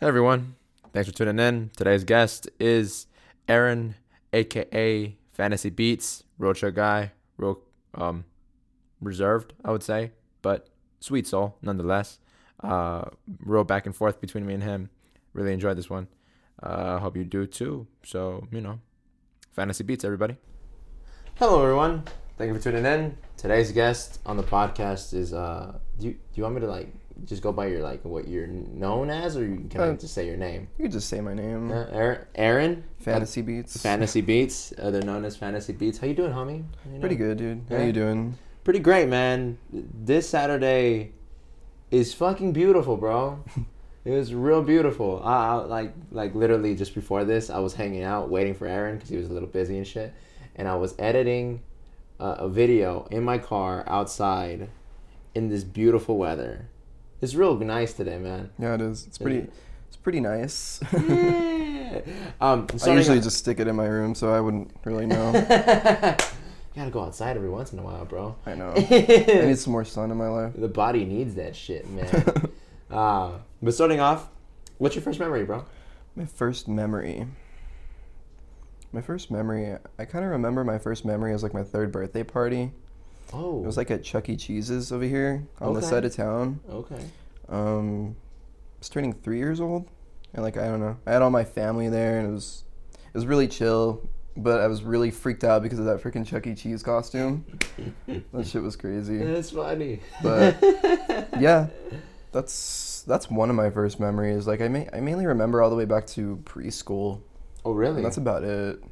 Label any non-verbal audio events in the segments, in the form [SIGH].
Hey everyone, thanks for tuning in. Today's guest is Aaron, aka Fantasy Beats, roadshow guy, real um, reserved, I would say, but sweet soul nonetheless. Uh, real back and forth between me and him. Really enjoyed this one. Uh, hope you do too. So you know, Fantasy Beats, everybody. Hello everyone, thank you for tuning in. Today's guest on the podcast is uh, do you, do you want me to like just go by your like what you're known as, or you can I Uh, just say your name? You could just say my name. Uh, Aaron, Aaron Fantasy Beats. uh, Fantasy Beats. Uh, they're known as Fantasy Beats. How you doing, homie? How you Pretty doing? good, dude. How Yeah. you doing? Pretty great, man. This Saturday is fucking beautiful, [LAUGHS] bro. it was real beautiful. I, I like like literally just before this, I was hanging out waiting for Aaron because he was a little busy and shit, and I was editing uh, a video in my car outside in this beautiful weather. It's real nice today, man. [LAUGHS] Yeah, it is. Yeah. It's Mm. pretty. It's pretty nice. Yeah. um, [LAUGHS] I starting- usually just stick it in my room, so I wouldn't [LAUGHS] really know. you gotta go outside every once in a while, bro. I know. [LAUGHS] I need the some more sun in my life. body needs that shit, man. uh, but starting off, what's your first memory, bro? [LAUGHS] My first memory. My first memory. I kind of remember my first memory as like my third birthday party. Oh, It was like at Chuck E. Cheese's over here on Okay. this side of town. okay. Um, I was turning three years old, and like I don't know, I had all my family there, and it was it was really chill. But I was really freaked out because of that freaking Chuck E. Cheese costume. that shit was [LAUGHS] crazy. That's funny. [LAUGHS] But yeah, that's that's one of my first memories. Like I may I mainly remember all the way back to preschool. Oh, really? And that's about it.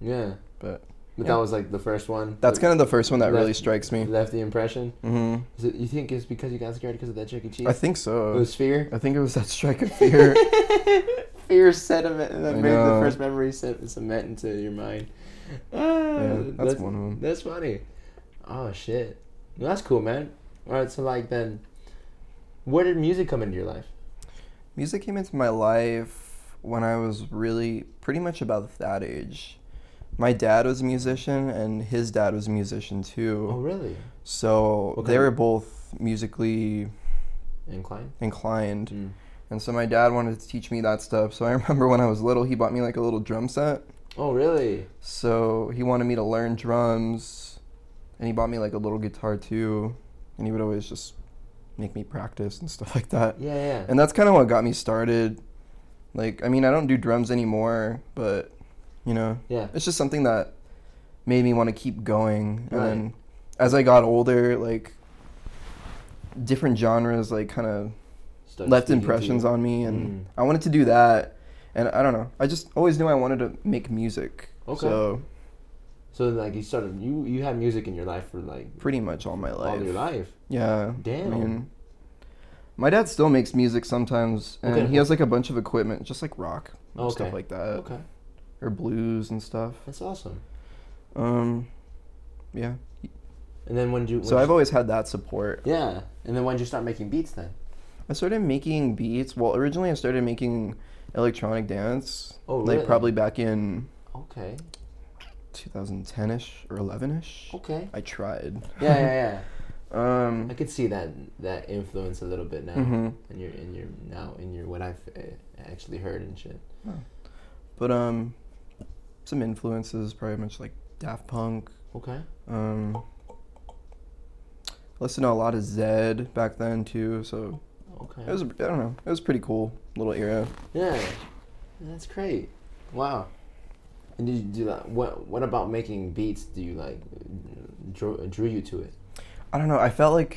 yeah. But But Yeah. that was like the first one. that's that kind of the first one that really Left- strikes me. left the impression. hmm Is it, you think it's because you got scared because of that Chuck E. Cheese? I think it so. was fear. I think it was that strike of [LAUGHS] fear. [LAUGHS] Fear sediment that I made the know. first memory se- cement into your mind. Ah, that's one of 'em. That's funny. Oh shit, Well, that's cool, man. All right, so like then, where did music come into your life? Music came into my life when I was really pretty much about that age. My dad was a musician and his dad was a musician Oh too. really? So What they kind were of- both musically Incline. inclined. Mm. And so my dad wanted to teach me that stuff. So I [LAUGHS] remember when I was little, he bought me like a little drum set. Oh really? So he wanted me to learn drums and he bought me like a little guitar too. And he would always just make me practice and stuff [LAUGHS] like that. Yeah, yeah. And that's kind of what got me started. Like, I mean, I don't do drums anymore, but you know, yeah. it's just something that made me want to keep going. And Right. then as I got older, like different genres like kind of Started left speaking to impressions you. on me and Mm. I wanted to do that. And I don't know. I just always knew I wanted to make music. Okay. So, So like you started you you had music in your life for like pretty much all my life. all your life. Yeah. Damn. I mean, my dad still makes music sometimes, and Okay. he has like a bunch of equipment, just like rock and Okay. stuff like that, okay, or blues and stuff. that's awesome. Um, yeah. And then when did you when So did I've always had that support. you- yeah. And then when did you start making beats then? I started making beats. Well, originally I started making electronic dance, Oh like probably back in okay 2010 ish or 11 ish. [LAUGHS] okay I tried. yeah yeah yeah. I Um. could see that that influence a little bit now, hmm and you're and you're now and you're what I've uh, actually heard and shit. But um, some influences probably much like Daft Punk. Okay. Um, listened to a lot of Zed back then too, so Okay. it was I don't know, it was pretty cool little era. yeah, that's great. Wow. And did you do that? What What about making beats? Do you like drew drew you to it? I don't know, I felt like,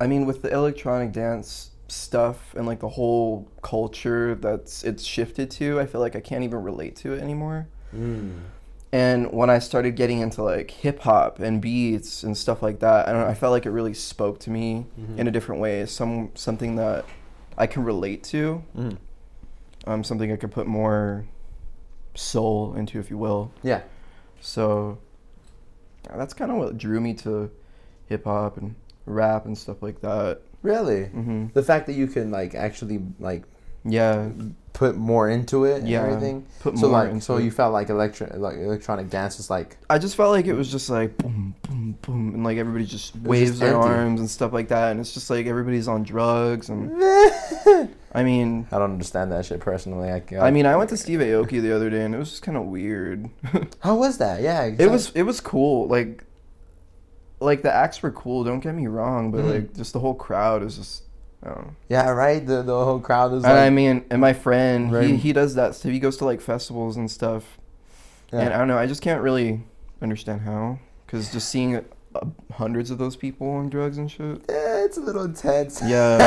I mean, with the electronic dance stuff and like the whole culture that's it's shifted to, I feel like I can't even relate to it anymore. Mm. And when I started getting into like hip hop and beats and stuff like that, I don't know, I felt like it really spoke to me Mhm. in a different way, some something that I can relate to. um, something I could put more soul into, if you will. Yeah. So uh, that's kind of what drew me to hip hop and rap and stuff like that. Really. hmm The fact that you can like actually like Yeah, put more into it and Yeah. everything. put So more like into so it. you felt like electro like electronic dance was like [LAUGHS] I just felt like it was just like boom, boom, boom, and like everybody just was waves just their empty. arms and stuff like that, and it's just like everybody's on drugs and I mean, I don't understand that shit personally. I, I mean, I went to Steve Aoki the other day, and it was just kind of weird. [LAUGHS] how was that? Yeah, it was it was cool. Like, like the acts were cool. Don't get me wrong, but Mhm. like just the whole crowd is just. I don't know. Yeah, right. The the whole crowd was. And I Like, mean, and my friend, Right. he, he does that stuff. He goes to like festivals and stuff. yeah. And I don't know. I just can't really understand how, because just seeing uh, hundreds of those people on drugs and shit. Yeah, it's a little intense. Yeah.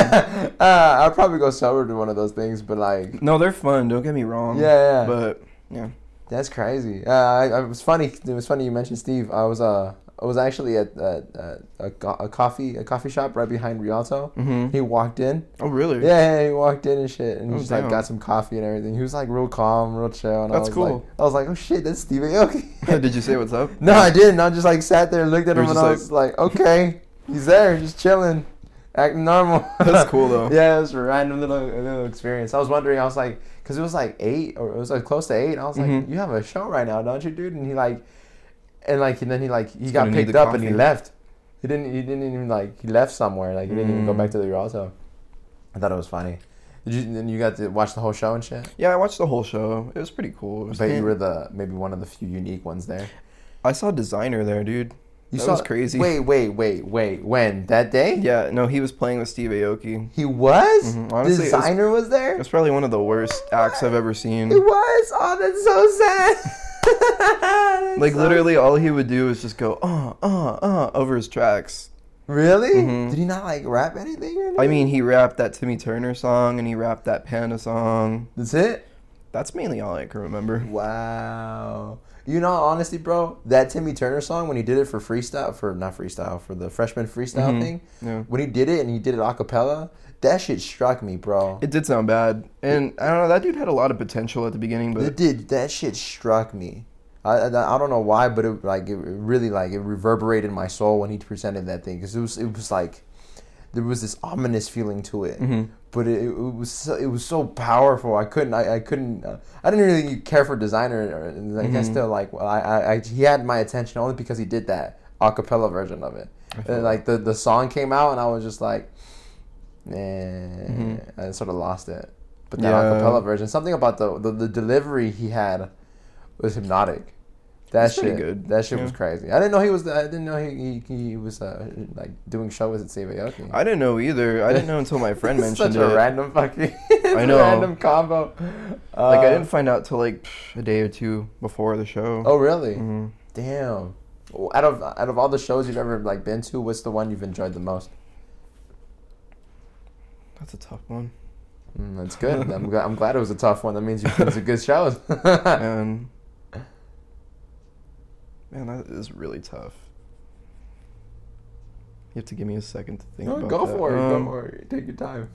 [LAUGHS] uh, I'll probably go sober to one of those things, but like, [LAUGHS] no, they're fun. Don't get me wrong. yeah, yeah. Um, But yeah. That's crazy. Uh, I, I, it was funny. It was funny you mentioned Steve. I was uh, I was actually at uh, uh, a, co- a coffee a coffee shop right behind Rialto. Mm-hmm. He walked in. Oh really? Yeah, yeah, he walked in and shit, and Oh, he just like damn. got some coffee and everything. He was like real calm, real chill. And I That's was like- cool. I was like, oh shit, that's Steve Aoki. [LAUGHS] [LAUGHS] Did you say what's up? No, I didn't. I just like sat there and looked at You him, were and I was just like, okay, he's there, just chilling, acting normal. [LAUGHS] That's cool, though. yeah, it was a random little a little experience. I was wondering, I was like, because it was like eight or it was like close to eight. And I was like, Mhm. you have a show right now, don't you, dude? And he like, and like, and then he like he got gonna need picked the up and he coffee. left. He didn't. He didn't even like. He left somewhere. Like he didn't even go Mm. back to the Uralto. I thought it was funny. Did you? Then you got to watch the whole show and shit. Yeah, I watched the whole show. It was pretty cool. It was But you him- were the maybe one of the few unique ones there. I saw Designer there, dude. You That saw was crazy. Wait, wait, wait, wait. When that day? Yeah, no, he was playing with Steve Aoki. He was? Mhm, honestly, it was- Designer was, there? It was probably one of the worst acts I've ever seen. It was? Oh, that's so sad. [LAUGHS] That's Like so- literally, all he would do is just go uh uh uh over his tracks. Really? Mhm. Did he not like rap anything or I anything? mean, he rapped that Timmy Turner song and he rapped that Panda song. That's it? That's mainly all I can remember. Wow. You know, honestly, bro, that Timmy Turner song when he did it for freestyle, for not freestyle, for the freshman freestyle Mhm. thing, Yeah. when he did it and he did it a cappella, that shit struck me, bro. It did sound bad, and I don't know. That dude had a lot of potential at the beginning, It but did. That shit struck me. I, I, I don't know why, but it like it really like it reverberated in my soul when he presented that thing because it was it was like there was this ominous feeling to it, Mhm. but it, it was so, it was so powerful. I couldn't I, I couldn't uh, I didn't really care for designer. Or, and, like I Mhm. still like well, I, I I he had my attention only because he did that a cappella version of it. feel And, like the the song came out and I was just like, man, I sort of lost it. But that Mm-hmm. Yeah. a cappella version, something about the, the the delivery he had was hypnotic. That That's pretty shit, good, that shit was yeah. crazy. I didn't know he was. I didn't know he he, he was uh, like doing shows at Steve Aoki. I didn't know either. I didn't know until my friend It's [LAUGHS] mentioned such a it. random [LAUGHS] fucking. it's [LAUGHS] a know. random combo. Like I Uh, didn't find out till like a day or two before the show. Oh really? Mhm. Damn. Oh, Out of out of all the shows you've ever like been to, what's the one you've enjoyed the most? that's a tough [LAUGHS] one. Mm, that's [LAUGHS] good. I'm, gl- I'm glad it was a tough one. That means you it was a good show. and man, that is really tough. You have to give me a second to think No, [LAUGHS] about go that. for it. Um, go for it. Take your time.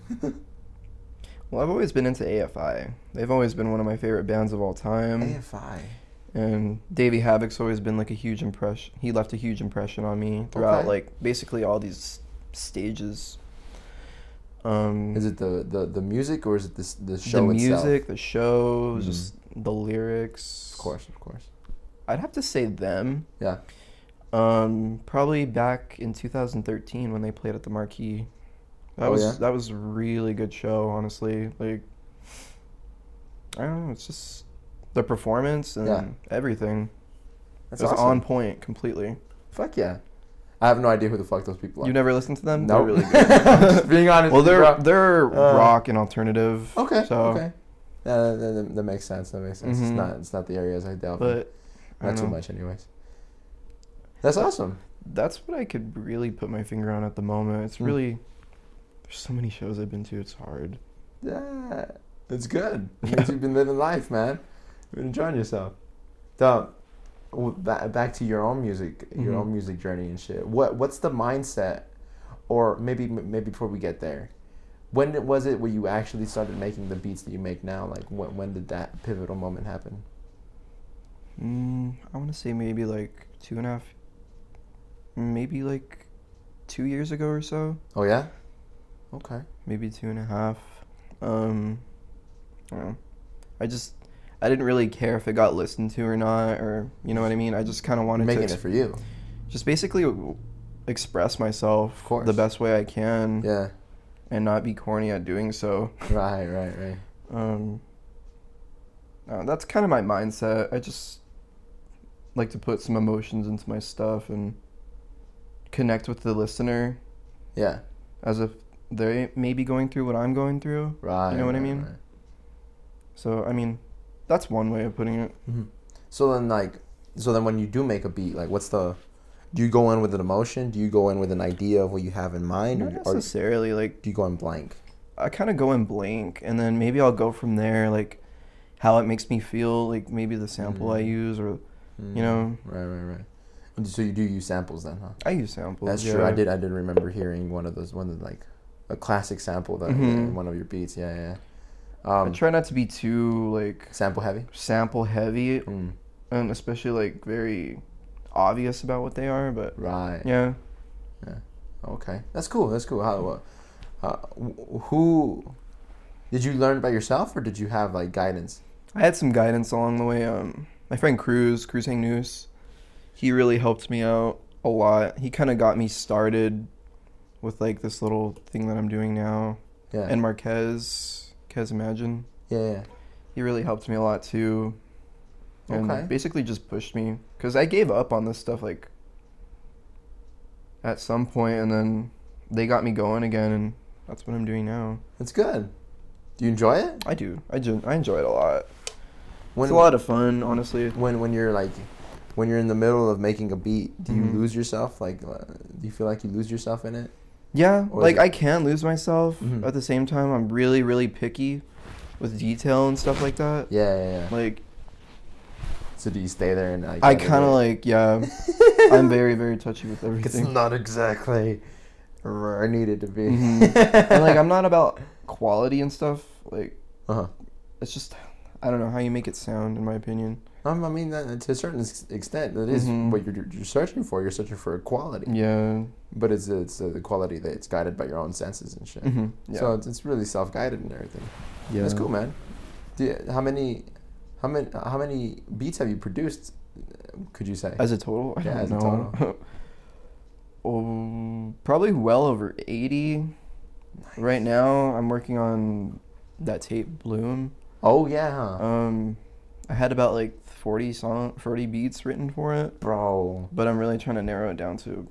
Well, I've always been into AFI. They've always been one of my favorite bands of all time. AFI. and Davey Havoc's always been like a huge impression. He left a huge impression on me throughout Okay. like basically all these stages. Um, Is it the, the, the music or is it this the the show music, itself? the show, Mhm. just the lyrics? Of course, of course. I'd have to say them. Yeah. Um, probably back in 2013 when they played at the Marquee. That Oh, was yeah? that was a really good show, honestly. Like, I don't know, it's just the performance and Yeah. everything. That's it was awesome. on point completely. Fuck yeah. I have no idea who the fuck those people are. You never listened to them? Nope. [LAUGHS] They're really good. Just being honest. well, they're bro. they're Uh, rock and alternative. okay. So, okay. Uh, that, that, that makes sense. That makes sense. It's Mhm. not it's not the areas I delve in. but I Not don't too know. much, anyways. That's awesome. That's what I could really put my finger on at the moment. It's Hmm. really there's so many shows I've been to. It's hard. Yeah, it's good. It means you've been living life, man. You've been enjoying yourself. So, w- ba- back to your own music, your Mhm. own music journey and shit. What what's the mindset, or maybe m- maybe before we get there, when it- was it where you actually started making the beats that you make now? Like when when did that pivotal moment happen? Hmm. Mm, I want to say maybe like two and a half, maybe like two years ago or so. Oh yeah, okay. Maybe two and a half. Um, I don't know. I just I didn't really care if it got listened to or not, or you know what I mean. I just kind of wanted making to it for you. just basically w- express myself course. the best way I can. Yeah, and not be corny at doing so. Right, right, right. Um, uh, that's kind of my mindset. I just like to put some emotions into my stuff and connect with the listener Yeah, as if they may be going through what I'm going through. right. what I right, mean? right. So, I mean, that's one way of putting it. Mm-hmm. So then, like, so then when you do make a beat, like, what's the? Do you go in with an emotion? Do you go in with an idea of what you have in mind, Not or, or necessarily. Like, do you go in blank? I kind of go in blank, and then maybe I'll go from there, like how it makes me feel, like maybe the sample I Mm. use, or Mm-hmm. you know, Right, right, right. And So you do use samples then, huh? I use samples. That's true. I yeah. did. I did remember hearing one of those, one of like a classic sample that Mhm. one of your beats. Yeah, yeah. I Um, try not to be too like sample heavy. sample heavy Mm, and especially like very obvious about what they are but right. yeah Okay. That's cool. That's cool. How? Uh, uh, wh- who? Did you learn by yourself, or did you have like guidance? i had some guidance along the way um my friend cruz cruz hang noose he really helped me out a lot he kind of got me started with like this little thing that i'm doing now Yeah. and marquez Marquez imagine yeah. yeah. he really helped me a lot too and Okay. basically just pushed me because i gave up on this stuff like at some point and then they got me going again and that's what i'm doing now That's good. Do you enjoy it? i do i, gen- I enjoy it a lot When it's a lot of fun honestly when when you're like when you're in the middle of making a beat, do you Mhm. lose yourself? Like, uh, do you feel like you lose yourself in it? yeah Or is like it- i can lose myself Mhm. at the same time i'm really really picky with detail and stuff like that Yeah, yeah. yeah. like So do you stay there and like? i kind of like [LAUGHS] yeah i'm very very touchy It's with everything not exactly where I need it to be. Mhm. and like i'm [LAUGHS] not about quality and stuff like Uh-huh. it's just I don't know how you make it sound in my opinion. Um, I mean, that, to a certain s- extent, that is Mhm. what you're, you're searching for. You're searching for quality, Yeah. but it's it's uh, the quality that it's guided by your own senses and shit. Mhm. Yeah. So it's, it's really self guided and everything. yeah. That's cool, man. Do you- how many, how many, how many beats have you produced? uh, Could you say? As a total, I Yeah, don't as a know. [LAUGHS] oh, probably well over 80. Right now I'm working on that tape Bloom. oh yeah, huh? Um I had about like 40 song 40 beats written for it, bro. but I'm really trying to narrow it down to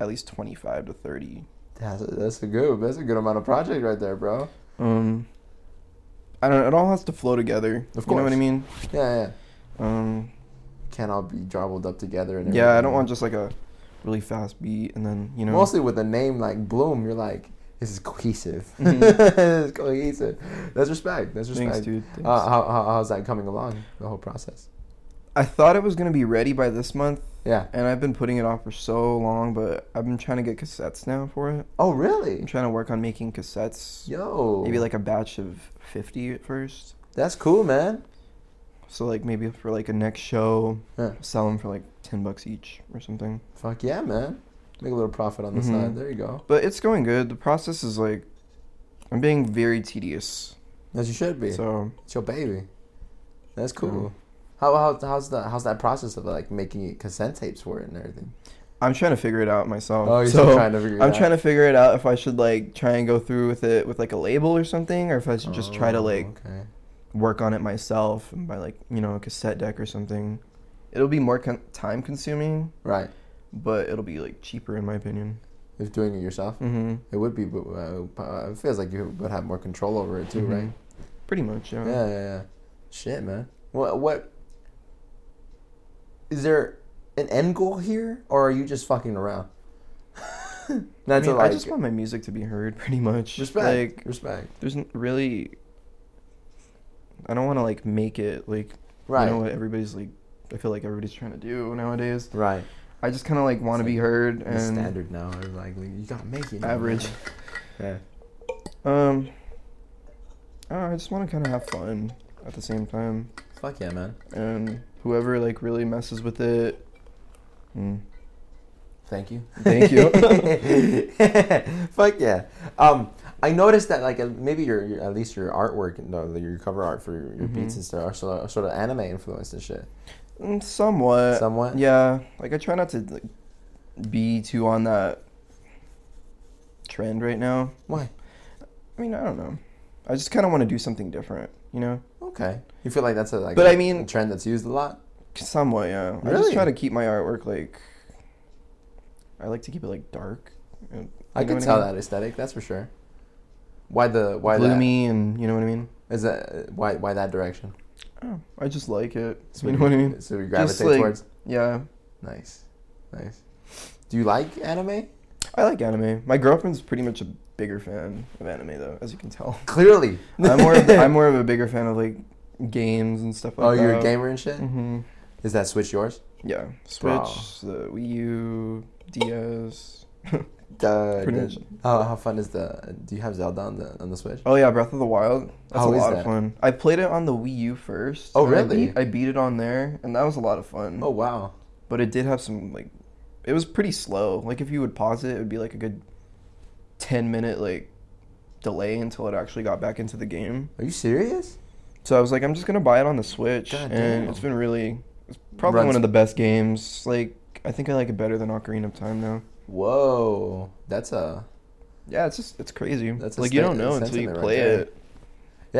at least 25 to 30. That's a, that's a good that's a good amount of project right there, bro. Um I don't know, it all has to flow together. Of You know what I course. mean? Yeah, yeah. Um Can't all be jarbled up together and Yeah, I everything. don't want just like a really fast beat and then you know. Mostly with a name like Bloom, you're like, this is [LAUGHS] cohesive. [LAUGHS] Mhm. it's cohesive. That's respect. That's respect. Thanks, dude. Thanks. Uh, how, how, how's that coming along? The whole process. I thought it was gonna be ready by this month, Yeah. and I've been putting it off for so long. But I've been trying to get cassettes now for it. Oh I'm really? trying to work on making cassettes. Yo. Maybe like a batch of fifty at first. That's cool, man. So like maybe for like a next show, Yeah. sell them for like ten bucks each or something. Fuck yeah, man. Make a little profit on the Mhm. side. There you go. But it's going good. The process is like, I'm being very tedious. As you should be. So It's your baby. That's Yeah. cool. How, how how's the how's that process of like making cassette tapes for it and everything? I'm trying to figure it out myself. Oh, you're so, still trying to figure it I'm out. trying to figure it out if I should like try and go through with it with like a label or something, or if I should just try to Oh, like Okay. Oh. work on it myself and by like you know a cassette deck or something. It'll be more con- time consuming, Right. but it'll be like cheaper in my opinion. If doing it yourself, Mm-hmm. it would be. but, Uh, it feels like you would have more control over it too, right? Pretty much, Mm-hmm. yeah. Yeah, yeah, yeah. Shit, man. What what? Is there an end goal here, or are you just fucking around? [LAUGHS] I, Not mean, to like I just want my music to be heard, [LAUGHS] pretty much. respect. Like, respect. there's n- really. I don't want to like make it like Right. you know what everybody's like. I feel like everybody's trying to do nowadays. right. I just kind of like want to It's be like heard The and standard now. is Like you gotta make it. average. Yeah. Um, uh, I, don't know, I just want to kind of have fun at the same time, Fuck yeah, man. and whoever like really messes with it, mm, Thank you. thank you. [LAUGHS] Fuck yeah. Um, I noticed that like uh, maybe your, your at least your artwork, and uh, your cover art for your, your beats Mhm. and stuff are sort of, sort of anime influenced and shit. Mm, Somewhat. Somewhat. Yeah, like I try not to like, be too on that trend right now. Why? I mean, I don't know. I just kind of want to do something different, you know? Okay. You feel like that's a like But I I mean- trend that's used a lot. Somewhat, yeah. I Really? just try to keep my artwork like. I like to keep it like dark. and- I you know can what tell mean? that aesthetic, that's for sure. Why the why gloomy and you know what I mean. that is that uh, why why that direction? Oh, I just like it. So You know what I mean? So you gravitate like- towards. Yeah, Nice, nice. Do you like anime? I like anime. My girlfriend's pretty much a bigger fan of anime though, as you can tell. Clearly. I'm more [LAUGHS] of the, I'm more of a bigger fan of like games and stuff like oh, that. you're a gamer and shit. hmm Is that Switch yours? Yeah, Switch, Bro. the Wii U, DS. Duh. Pretty duh. much. How, how fun is the? Do you have Zelda on the on the Switch? Oh yeah, Breath of the Wild. That's How a is lot that? of fun. I played it on the Wii U first. Oh, and I really? beat- I beat it on there, and that was a lot of fun. Oh wow. but it did have some like it was pretty slow like if you would pause it it would be like a good 10 minute like delay until it actually got back into the game Are you serious? so i was like i'm just gonna buy it on the switch God and damn. it's been really it's probably Runs- one of the best games like i think i like it better than ocarina of time now Whoa, that's a yeah it's just it's crazy That's a like you sta- don't know until you sentiment right play there. it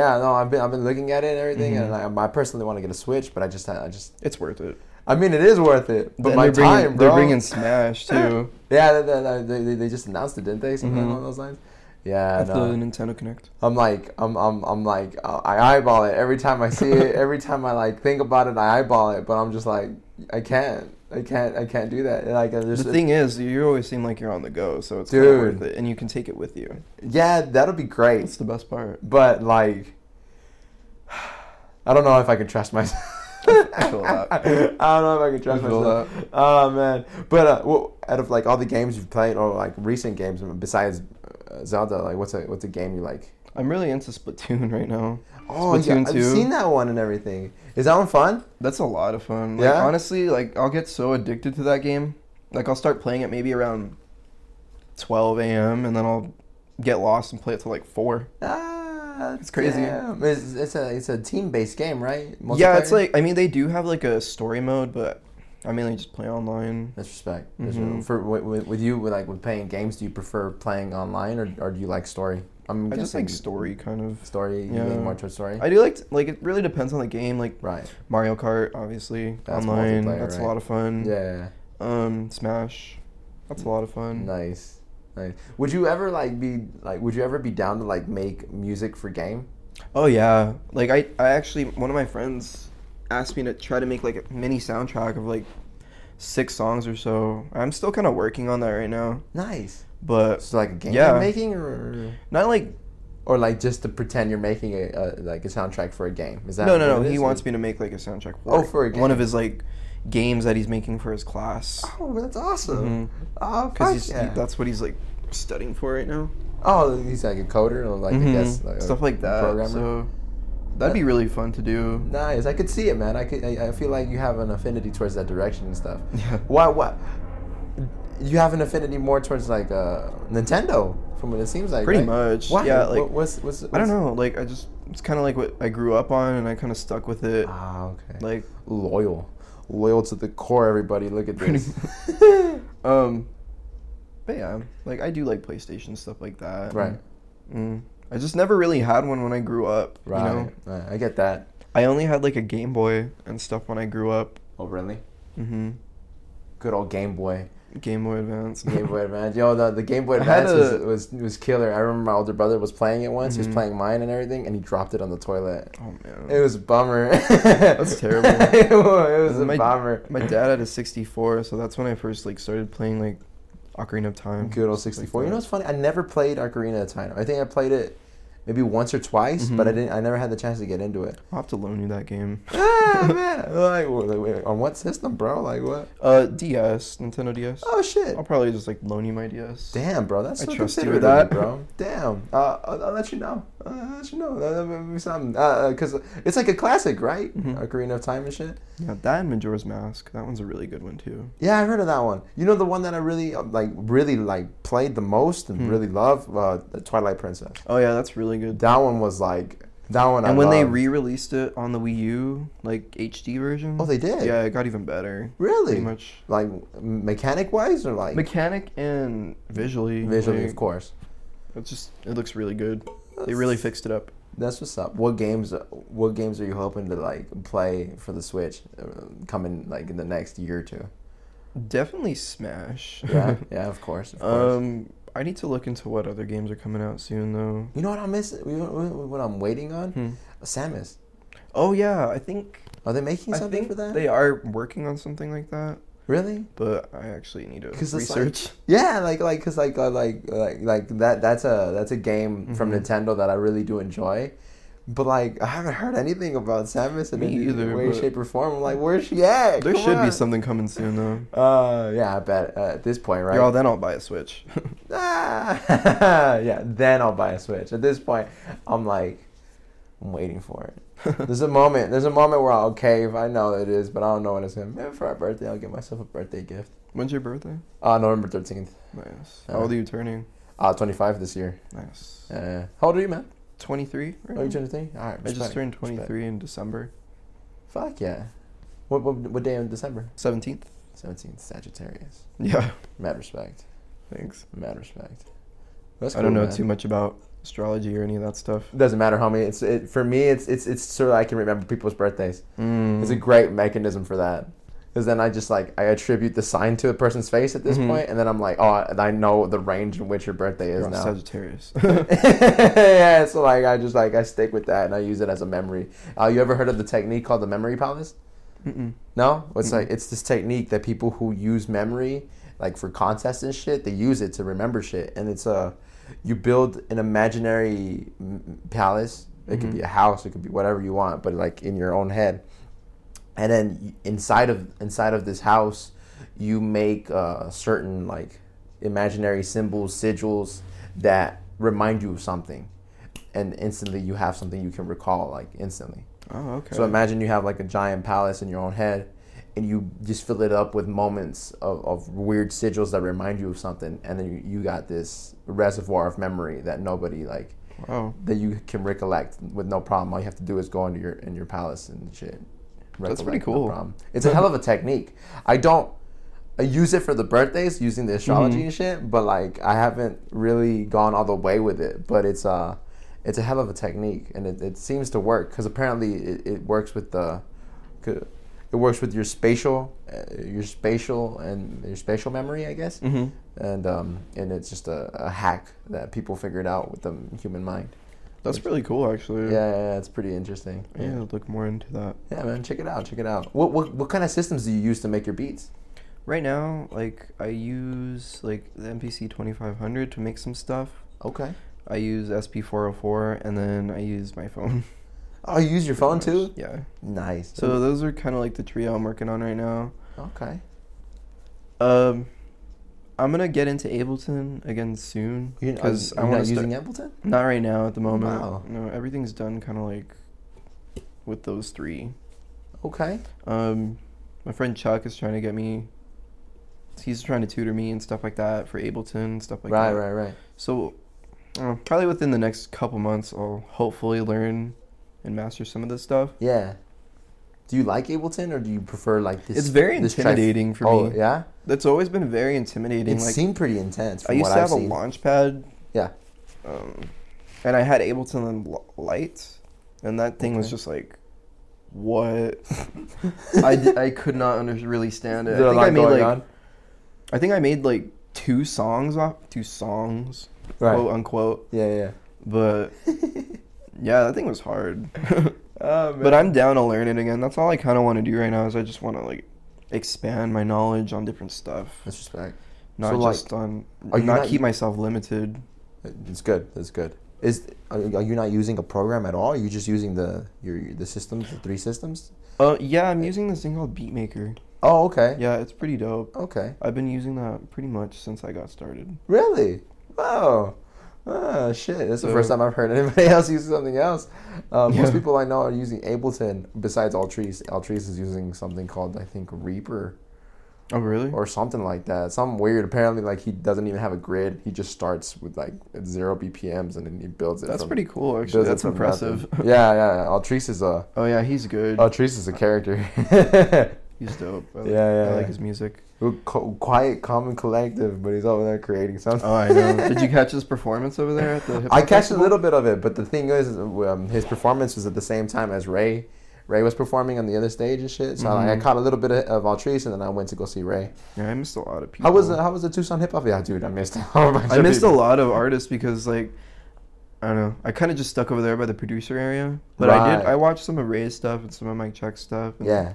yeah. No, I've been I've been looking at it and everything, Mhm. and I, I personally want to get a Switch, but I just I just it's worth it I mean it is worth it. But And my they're bringing, time, bro. they're bringing [LAUGHS] smash too yeah, they, they, they- they, they just announced it, didn't they? Something Mhm. along those lines. Yeah, at no. the nintendo connect I'm like, I'm, I'm, I'm like, uh, I eyeball it every time I see [LAUGHS] it. Every time I like think about it, I eyeball it. But I'm just like, I can't, I can't, I can't do that. Like, I just, the thing is you always seem like you're on the go so it's kinda Dude. worth it and you can take it with you yeah, that'll be that's great. the best part But like, I don't know if I can trust myself. I [LAUGHS] feel I that. don't know if I can I trust feel myself. that. Oh man! But uh, well, out of like all the games you've played, or like recent games besides uh, Zelda, like what's a what's a game you like? I'm really into Splatoon right now. Oh, yeah, Splatoon I've 2. seen that one and everything. Is that one fun? That's a lot of fun. Like, Yeah? Honestly, like I'll get so addicted to that game. Like I'll start playing it maybe around 12 a.m. and then I'll get lost and play it till like four. Ah, it's crazy. It's, it's a it's a team based game, right? Yeah, it's Multiplayer? like I mean they do have like a story mode, but I mainly just play online. that's respect. That's Mhm. re- For with, with you, with like with playing games, do you prefer playing online or, or do you like story? I'm I just guessing like story kind of. story. You Yeah. lean more towards story. I do like like it really depends on the game. Like right. Mario Kart, obviously That's online. multiplayer, That's right? a lot of fun. Yeah. Um, Smash. That's a lot of fun. Nice. Nice. Would you ever like be like? Would you ever be down to like make music for game? Oh yeah, like I, I actually one of my friends asked me to try to make like a mini soundtrack of like six songs or so. I'm still kind of working on that right now, Nice. but So like a game Yeah. you're making, or not like or like just to pretend you're making a, a like a soundtrack for a game. Is that no no what no. it He is? wants me to make like a soundtrack. Oh, for a one of game. his like games that he's making for his class. Oh, that's awesome. Mhm. Oh, fuck Because yeah. that's what he's like studying for right now. Oh, he's like a coder or like I Mhm. guess like a stuff like that. Programmer. So that'd be really fun to [LAUGHS] do. nice. I could see it, man. I could. I, I feel like you have an affinity towards that direction and [LAUGHS] stuff. Yeah. Why? What? You have an affinity more towards like uh, Nintendo, from what it seems like. Pretty right? much, Why? yeah, like- What- what's, what's, I what's- don't know. Like I just it's kind of like what I grew up on, and I kind of stuck with it. Ah, okay. Like loyal, loyal to the core. Everybody, look at [LAUGHS] this. [LAUGHS] Um, but yeah, like I do like PlayStation stuff like that. Right. Mm. I just never really had one when I grew up. right. You know, right. I get that. I only had like a Game Boy and stuff when I grew up. Oh, really? Mm-hmm. Good old Game Boy. Game Boy Advance. Game Boy Advance. Yo, the, the Game Boy I had Advance a- was, was was killer. I remember my older brother was playing it once. He Mhm. was playing mine and everything, and he dropped it on the toilet. [LAUGHS] oh man. It was a [LAUGHS] bummer. That's [LAUGHS] terrible. it was a My- bummer. My dad had a 64, so that's when I first like started playing like Ocarina of Time. [LAUGHS] Good old stuff like 64. you that. know what's funny? I never played Ocarina of Time. I think I played it maybe once or twice, but I Mhm. didn't. I never had the chance to get into [LAUGHS] it. I'll have to loan you that game. ah, man. Like, wait, wait, on what system, bro? Like what? Uh, DS, Nintendo DS. Oh shit. I'll probably just like loan you my DS. Damn, bro, that's I so trust you considerate with of that. you, bro. Damn, uh, I'll, I'll let you know. Uh, I'll let you know. That'll be something, because it's like a classic, right? Mhm. Ocarina of Time and shit. Yeah, that and Majora's Mask. That one's a really good one too. Yeah, I heard of that one. You know the one that I really uh, like, really like played the most and Hmm. really love, uh, the Twilight Princess. Oh yeah, that's really good. That one was like that one. I and when they loved. re-released it on the Wii U, like HD version. oh, they did. yeah, it got even better. really. Pretty much Like mechanic wise, or like mechanic and visually. visually, like, of course. It's just it looks really good. They really fixed it up. That's what's up. What games? What games are you hoping to like play for the Switch uh, coming like in the next year or [LAUGHS] two? Definitely Smash. [LAUGHS] Yeah, yeah, of course. [LAUGHS] Of course. um, I need to look into what other games are coming out soon though. you know what I miss? you know What what I'm waiting on? Hmm. Samus. Oh yeah, I think Are they making I something think for that? they are working on something like that. really? But I actually need to 'Cause it's like- research. Yeah, like like cause like uh, like like like that that's a that's a game from Mhm. Nintendo that I really do enjoy. But like I haven't heard anything about Samus in Me any either, way, but- shape, or form. I'm [LAUGHS] like, where's she at? there Come should on. be something coming soon though. Uh, yeah, I bet uh, at this point, right? Y'all, then I'll buy a [LAUGHS] Switch. [LAUGHS] ah, [LAUGHS] yeah, then I'll buy a Switch. At this point, I'm like, I'm waiting for it. There's a moment. There's a moment where I'll cave. I know it is, but I don't know when it's gonna. Maybe for our birthday, I'll get myself a birthday gift. When's your birthday? Uh, November thirteenth. Nice. Uh, How old are you turning? Uh, twenty five this year. Nice. Uh, how old are you, man? 23? Are you Right? twenty three? All right. I just respect, turned respect. 23 in December. Fuck yeah. What what, what day in December? 17th? Seventeenth. Sagittarius. Yeah. Mad respect. Thanks. Mad respect. That's I don't cool, know man. too much about astrology or any of that stuff. Doesn't matter, homie. It's it for me. It's it's it's so I can remember people's birthdays. Mm. It's a great mechanism for that. Because then I just like I attribute the sign to a person's face at this Mhm. point, and then I'm like, oh, and I know the range in which your birthday is You're a now. Sagittarius. [LAUGHS] yeah, so like I just like I stick with that and I use it as a memory. Uh, you ever heard of the technique called the memory palace? Mm-mm. No, it's Mm-mm. like it's this technique that people who use memory, like for contests and shit, they use it to remember shit, and it's a you build an imaginary m- palace. It could be Mhm. a house, it could be whatever you want, but like in your own head, and then y- inside of inside of this house, you make uh, certain like imaginary symbols, sigils that remind you of something, and instantly you have something you can recall like instantly. Oh, okay. So imagine you have like a giant palace in your own head, and you just fill it up with moments of, of weird sigils that remind you of something, and then you, you got this reservoir of memory that nobody like wow. that you can recollect with no problem. All you have to do is go into your in your palace and shit. That's pretty Recollect, no cool. problem. It's a hell of a technique. I don't I use it for the birthdays using the astrology Mhm. and shit, but like I haven't really gone all the way with it. But it's uh it's a hell of a technique, and it, it seems to work because apparently it, it works with the c- it works with your spatial uh, your spatial and your spatial memory, I guess. Mm-hmm. And um and it's just a, a hack that people figured out with the human mind. That's really cool, actually. Yeah, yeah, yeah, it's pretty interesting. I need to look more into that. yeah, man, check it out, check it out. What what what kind of systems do you use to make your beats? Right now, like, I use, like, the MPC 2500 to make some stuff. Okay. I use SP404, and then I use my phone. Oh, you use your phone [LAUGHS] Pretty too? much. Yeah. Nice. So those are kind of like the trio I'm working on right now. okay. Um, I'm gonna get into Ableton again soon You- are because you- I you're want not to using start. Ableton. Not right now at the moment. Wow. No, everything's done kind of like with those three. Okay. Um, my friend Chuck is trying to get me. He's trying to tutor me and stuff like that for Ableton and stuff like right, that. right, right. So, uh, probably within the next couple months, I'll hopefully learn and master some of this stuff. Yeah. Do you like Ableton or do you prefer like this? it's very this tri- intimidating for oh me. yeah. That's always been very intimidating. It like seemed pretty intense. I From used what to have I've seen. a launch pad. Yeah. Um, and I had Ableton and L- Light, and that thing was Okay. just like, [LAUGHS] what? I, d- I could not under- really stand it. Is there a I think lot I made going like on? I think I made like two songs off two songs, Right. quote unquote. yeah, yeah. [LAUGHS] But yeah, that thing was hard. [LAUGHS] Oh, man. uh, but I'm down to learn it again. That's all I kind of want to do right now is I just want to like expand my knowledge on different stuff, That's respect. not So, like, just on are you not not- keep myself limited. It's good. It's good. Is are, are you not using a program at all? Are you just using the your the systems, the three systems? Uh, yeah, I'm using this thing called Beatmaker. Oh, okay. Yeah, it's pretty dope. Okay. I've been using that pretty much since I got started. Really? Wow. Oh shit! That's the first So- time I've heard [LAUGHS] anybody else use something else. Uh, Most Yeah. people I know are using Ableton. Besides Altrice, Altrice is using something called I think Reaper Oh, really? or something like that. Something weird. Apparently, like he doesn't even have a grid. He just starts with like at zero BPMs and then he builds it. That's from- pretty cool, builds actually. it That's from nothing. impressive. yeah, yeah. Altrice is a Oh yeah, he's good. Altrice is a character. [LAUGHS] He's dope. I like, Yeah, yeah, I like yeah. his music. We're co- quiet, calm, and collective, but he's over there creating something. Oh, I know. Did you catch his performance over there at the? hip I hop catch a festival? little bit of it, but the thing is, um, his performance was at the same time as Ray. Ray was performing on the other stage and shit, so like, I Mhm. caught a little bit of, of Altrice, and then I went to go see Ray. Yeah, I missed a lot of people. How was the, how was the Tucson hip hop? Yeah, dude, I missed. A [LAUGHS] bunch Mm-hmm. I of missed a people. lot of artists because like I don't know. I kind of just stuck over there by the producer area, but I did. Right. I watched some of Ray's stuff and some of Mike Chuck's stuff. and Yeah,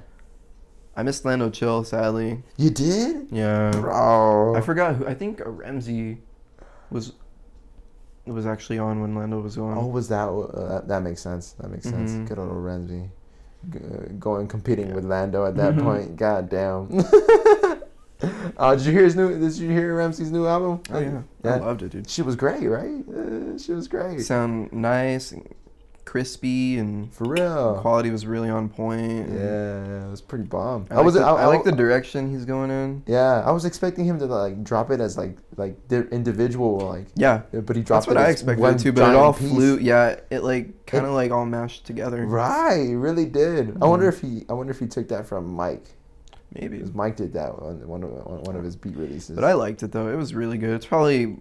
I missed Lando Chill sadly. you did, Yeah, bro. I forgot who. I think uh, Ramsey was was actually on when Lando was on. Oh, was that? Uh, that- that makes sense. That makes sense. Mhm. Good old Ramsey, G- uh, going competing with Lando at Mm-hmm. that point. God [LAUGHS] damn. uh, did you hear his new? Did you hear Ramsey's new album? Oh, yeah. I yeah. loved it, dude. She was great, right? Uh, she was great. Sound nice, and crispy, and For real. quality was really on Yeah, point. and Oh. yeah, it was pretty bomb. I, was was. The, I, like the direction he's going in. Yeah, I was expecting him to like drop it as like like their individual like, uh, Yeah, but he dropped that's what it I as one expected too. But it giant all piece. flew. Yeah, it like kind It- of like all mashed together. Right, he really did. I wonder Mhm. if he I wonder if he took that from Mike. Maybe. Because Mike did that on one of on one of his beat releases. But I liked it though. It was really good. It's probably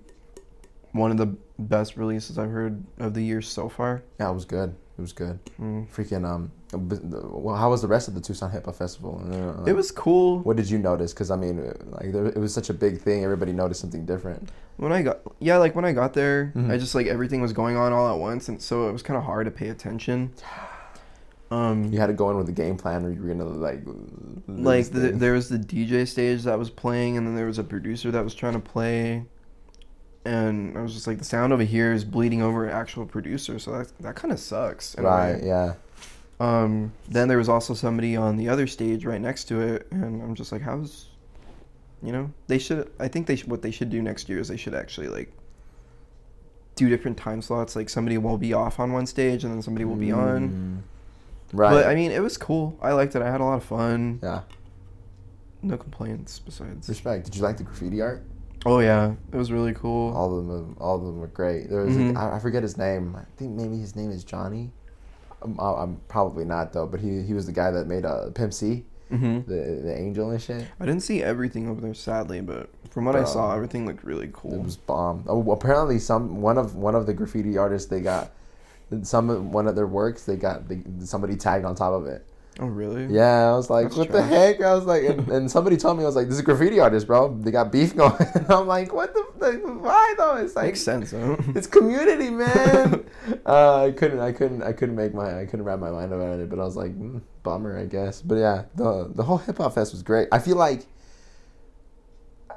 one of the best releases I've heard of the year so far. yeah, it was good. It was good. Mm. Freaking um, but the- well, how was the rest of the Tucson Hip Hop Festival? Uh, It was cool. What did you notice? Because I mean, uh, like there, it was such a big thing. Everybody noticed something different. When I got yeah, like when I got there, Mhm. I just like everything was going on all at once, and so it was kind of hard to pay attention. Um, You had to go in with a game plan, or you were gonna like lose like the, things. there was the DJ stage that was playing, and then there was a producer that was trying to play, and I was just like, the sound over here is bleeding over an actual producer, so that that kind of sucks. in a way. right. Yeah. Um, then there was also somebody on the other stage right next to it, and I'm just like, how's, you know, they should. I think they should, what they should do next year is they should actually like do different time slots. Like somebody will be off on one stage, and then somebody will be on. Mm. Right. But I mean, it was cool. I liked it. I had a lot of fun. yeah. No complaints. Besides, Respect. Did you like the graffiti art? oh yeah, it was really cool. All of them, all of them were great. There was, Mhm. a, I, I forget his name. I think maybe his name is Johnny. Um, I, I'm probably not though. But he he was the guy that made uh, Pimp C, hmm the the angel and shit. I didn't see everything over there, sadly, but from what I Bro. saw, everything looked really It cool. was bomb. Oh, well, apparently, some one of one of the graffiti artists they got some of- one of their works they got they, somebody tagged on top of it. oh really? Yeah, I was like, That's what the trash. heck? I was like, and, and somebody told me I was like, this is a graffiti artist, bro. They got beef going. [LAUGHS] And I'm like, what the like, why though? It's like makes sense. Huh? [LAUGHS] It's community, [LAUGHS] man. uh, I couldn't, I couldn't, I couldn't make my, I couldn't wrap my mind around it. But I was like, mm, bummer, I guess. But yeah, the the whole hip hop fest was great. I feel like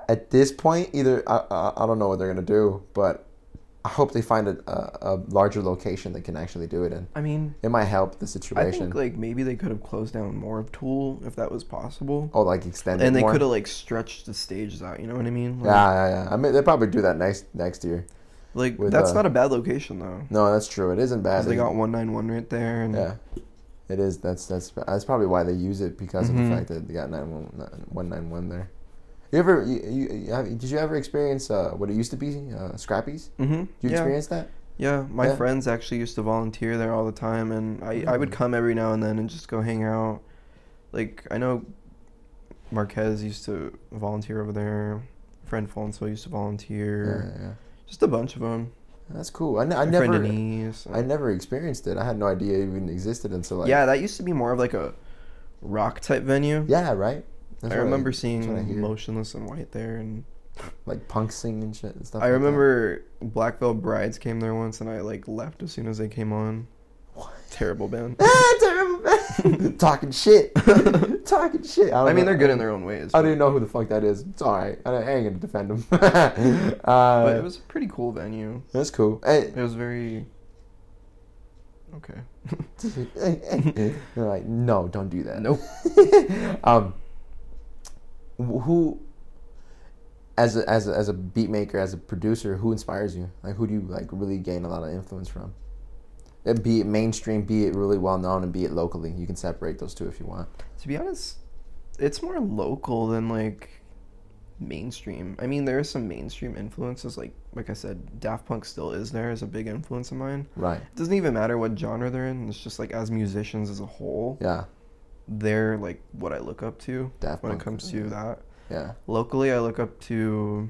at this point, either I, I, I don't know what they're gonna do, but I hope they find a, a, a larger location they can actually do it in. I mean, It might help the I situation. think like maybe they could have closed down more of Tool if that was possible, oh, like extend and it they more. could have like stretched the stages out. You know what I mean? Like, Yeah, yeah, yeah. I mean, they probably do that next next year. Like with, that's uh, not a bad location though, No, that's true. It isn't bad. because they It's- got one nine one right there, and Yeah, it is. That's that's that's probably why they use it because of Mhm. the fact that they got nine one one nine one there. You ever you, you, you have, did you ever experience uh, what it used to be uh, Scrappies? hmm Did you yeah, experience that? yeah. My Yeah. friends actually used to volunteer there all the time, and I I would Mm. come every now and then and just go hang out. Like I know Marquez used to volunteer over there. Friend Fonso used to Yeah, volunteer. yeah. Just a bunch of them. That's cool. I, n- I My never friend Denise. uh, I never experienced it. I had no idea it even existed until like yeah, that used to be more of like a rock type venue. yeah right. That's I what remember what I seeing hear. Motionless and White there, and like punk singing and shit and stuff. I like that. remember Black Veil Brides came there once, and I like left as soon as they came on. Terrible [LAUGHS] band. [LAUGHS] Ah, terrible. [LAUGHS] talking shit, talking shit. don't I mean, know. they're good in their own ways. I but- didn't know who the fuck that is. It's all right. I, I ain't gonna defend him. [LAUGHS] uh, But it was a pretty cool venue. That's cool. Eh, Hey, [LAUGHS] It was very okay. they're like, no, don't do that. Nope. [LAUGHS] Um, wh- who, as a, as a, as a beat maker, as a producer, who inspires you? Like, who do you like really gain a lot of influence from? Uh, Be it mainstream, be it really well known, and be it locally. You can separate those two if you want. To be honest, it's more local than like mainstream. I mean, there are some mainstream influences. Like like I said, Daft Punk still is there as a big influence of mine. Right. It doesn't even matter what genre they're in. It's just like as musicians as a whole, Yeah. they're like what I look up to Daft when it Punk. comes to that. Yeah. Locally, I look up to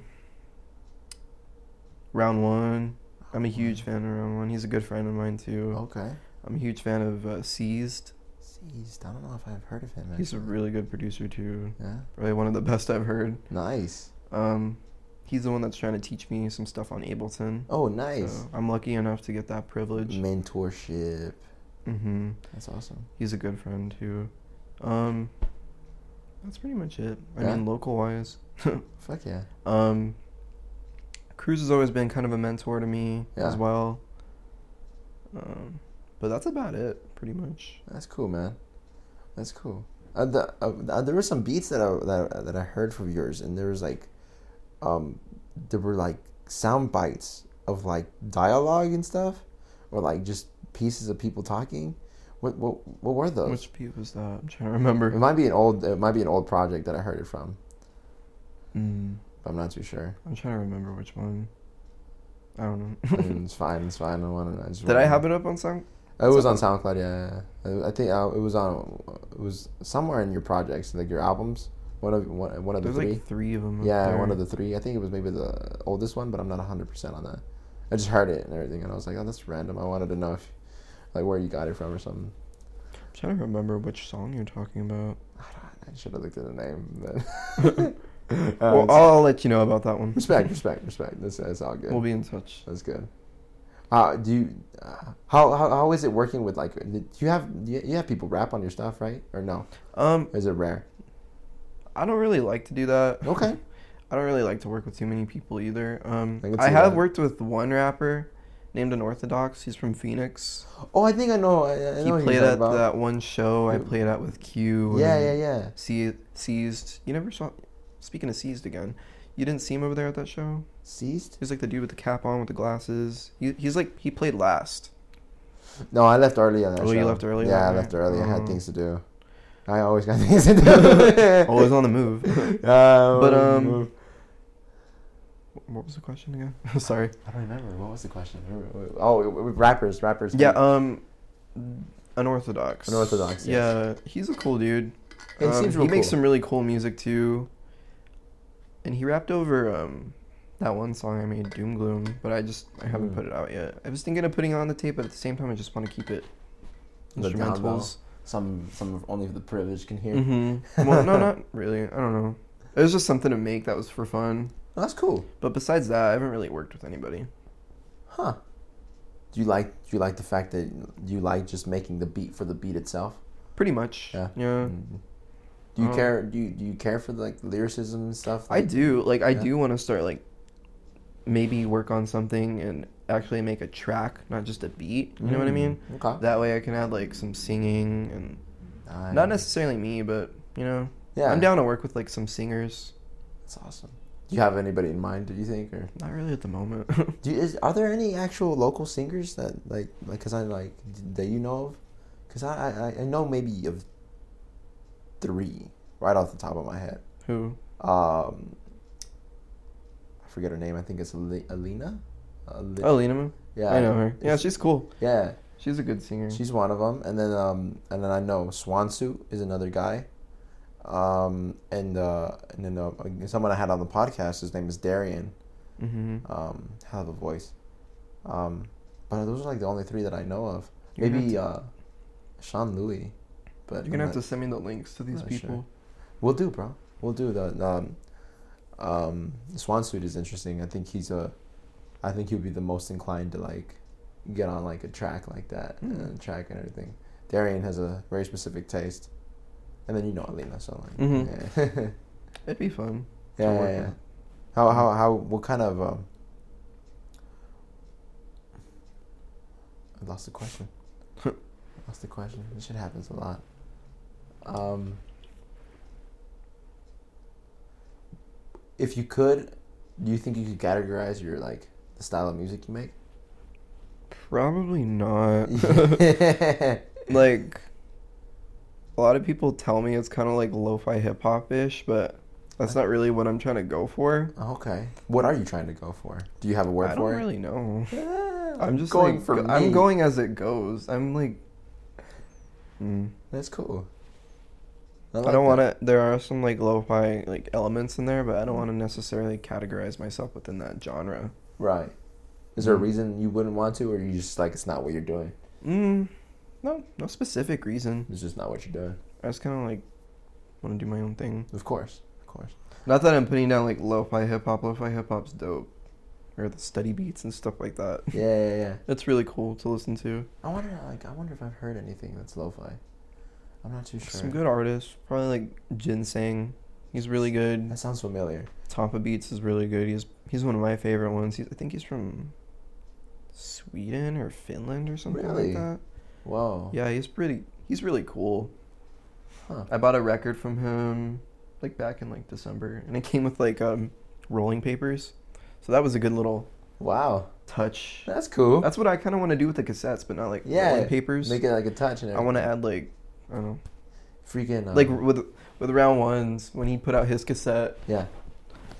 Round One. I'm a huge fan of Round One. He's a good friend of mine too. Okay. I'm a huge fan of uh, Seized. Seized. I don't know if I've heard of him. He's a actually. really good producer too. Yeah. Probably one of the best I've heard. Nice. Um, he's the one that's trying to teach me some stuff on Ableton. Oh, nice. So I'm lucky enough to get that privilege. Mentorship. Mm-hmm. That's awesome. He's a good friend too. Um, that's pretty much it. I Yeah. mean, local wise, Fuck yeah. [LAUGHS] um, Cruz has always been kind of a mentor to me as Yeah. well. Um, but that's about it, pretty much. That's cool, man. That's cool. Uh, the, uh, uh, there were some beats that I that, that I heard from yours, and there was like, um, there were like sound bites of like dialogue and stuff, or like just pieces of people talking. What what what were those? Which beat was that? I'm trying to It remember. might be an old it might be an old project that I heard it from. Mm, But I'm not too sure. I'm trying to remember which one. I don't I know. mean, it's fine. It's fine. I want to. [LAUGHS] Did I have it up on Sound? It was on SoundCloud. Yeah, yeah, yeah. I I think uh, it was on. It was somewhere in your projects, like your albums. One of one, one of the There's three. like three of them. Yeah, one of the three. I think it was maybe the oldest one, but I'm not 100% on that. I just heard it and everything, and I was like, oh, that's random. I wanted to know if, like, where you got it from or something. I'm trying to remember which song you're talking about. I should have looked at the name. But [LAUGHS] Uh, well, it's- I'll let you know about that one. respect, respect, respect. That's, that's all good. [LAUGHS] We'll be in touch. that's good. Uh, do you, uh, how, how how is it working with like? Do you have do you, you have people rap on your stuff, right? Or no? Um, Is it rare? I don't really like to do that. Okay. I don't really like to work with too many people either. Um, I can I, see have that. worked with one rapper named Unorthodox. He's from Phoenix. Oh, I think I know. I, I know He who you're played talking at about. that one show I Who- played at with Q. Yeah, yeah, and yeah. See, seized. You never saw. Speaking of seized again, you didn't see him over there at that show. Ceased? He's like the dude with the cap on with the glasses. He, he's like he played last. [LAUGHS] [LAUGHS] No, I left early on that Oh, show. you left early Yeah, that I night? left early. I Oh. had things to do. I always got [LAUGHS] things to do. [LAUGHS] Uh, [LAUGHS] Always on the move. but um, what was the question again? [LAUGHS] Sorry. I don't remember. What was the question? Oh, w- w- rappers, rappers. Yeah, um, unorthodox. Unorthodox, Yeah, yes. he's a cool dude. It Um, seems he real makes cool. some really cool music too. And he rapped over um that one song I made, Doom Gloom, but I just I haven't Mm. put it out yet. I was thinking of putting it on the tape, but at the same time I just want to keep it The down low. instrumentals. some, some only the privileged can hear. Mm-hmm. well, no, not really. I don't know. It was just something to make that was for fun. Oh, that's cool, But besides that, I haven't really worked with anybody. huh? Do you like do you like the fact that you like just making the beat for the beat itself? Pretty much. Yeah. Yeah. Mhm. Do you Mm-hmm. Um, care? Do you, do you care for like lyricism and stuff? I Like- do. Like I Yeah. do want to start like maybe work on something and actually make a track, not just a beat. You know what I Mm, mean? Okay. That way I can add like some singing and Nice. not necessarily me, but you know, Yeah, I'm down to work with like some singers. That's awesome. Do you have anybody in mind? Do you think or? Not really at the moment. [LAUGHS] Do you, is, are there any actual local singers that like like cause I like that you know of? Cause I, I I- I know maybe of three right off the top of my head. Who? Um, I forget her name. I think it's Ali- Alina. Ali- Oh, Lena. Mo? yeah, I know her. Yeah, it's- she's cool. yeah, She's a good singer. she's one of them. And then um and then I know Swansuit is another guy. Um and uh and then uh, someone I had on the podcast. His name is Darian. mm-hmm. um, hell of a voice. Um, but those are like the only three that I know of. You're gonna Maybe have uh, Sean Louis, but You're gonna I'm have to not- send me the links to these not Oh, sure. people. We'll do, bro. We'll do the the, um, um, Swan Suit is interesting. I think he's a. I think he'll be the most inclined to like get on like a track like that Mm. and a track and everything. Darian has a very specific taste, and then you know Alina, so like, Mhm. yeah. [LAUGHS] It'd be fun. to Yeah, work yeah, with. yeah. How how how what kind of um I lost the [LAUGHS] question. lost the question. This shit happens a lot. Um if you could, do you think you could categorize your like the style of music you make? [LAUGHS] Probably not. [LAUGHS] like a lot of people tell me it's kind of like lo-fi hip-hop ish but that's not really what i'm trying to go for okay. What are you trying to go for? Do you have a word i don't for really know it? Yeah, i'm just going like, for go- i'm me. going as it goes i'm like mm, That's cool. I don't want to. There are some like lo-fi like elements in there, but Mm. I don't want to necessarily categorize myself within that genre. Right. Is Hmm. there a reason you wouldn't want to, or you just like it's not what you're doing? Mm, no, no specific reason. It's just not what you're doing. I just kind of like want to do my own thing. Of course, of course. Not that I'm putting down like lo-fi hip hop. Lo-fi hip hop's dope, or the steady beats and stuff like that. [LAUGHS] Yeah, yeah, yeah. That's really cool to listen to. I wonder, like, I wonder if I've heard anything that's lo-fi. I'm not too sure. Some good artists, probably like Ginseng. He's really good. That sounds familiar. Tampa Beats is really good. He's he's one of my favorite ones. He's, I think he's from Sweden or Finland or something Really? like that. Whoa. Yeah, he's pretty. He's really cool. Huh. I bought a record from him like back in like December, and it came with like um rolling papers, so that was a good little Wow. touch. That's cool. That's what I kind of want to do with the cassettes, but not like Yeah, rolling papers. Make it like a touch and I everything. want to add like I don't know, Freaking. Uh, like with with round ones when he put out his cassette, Yeah.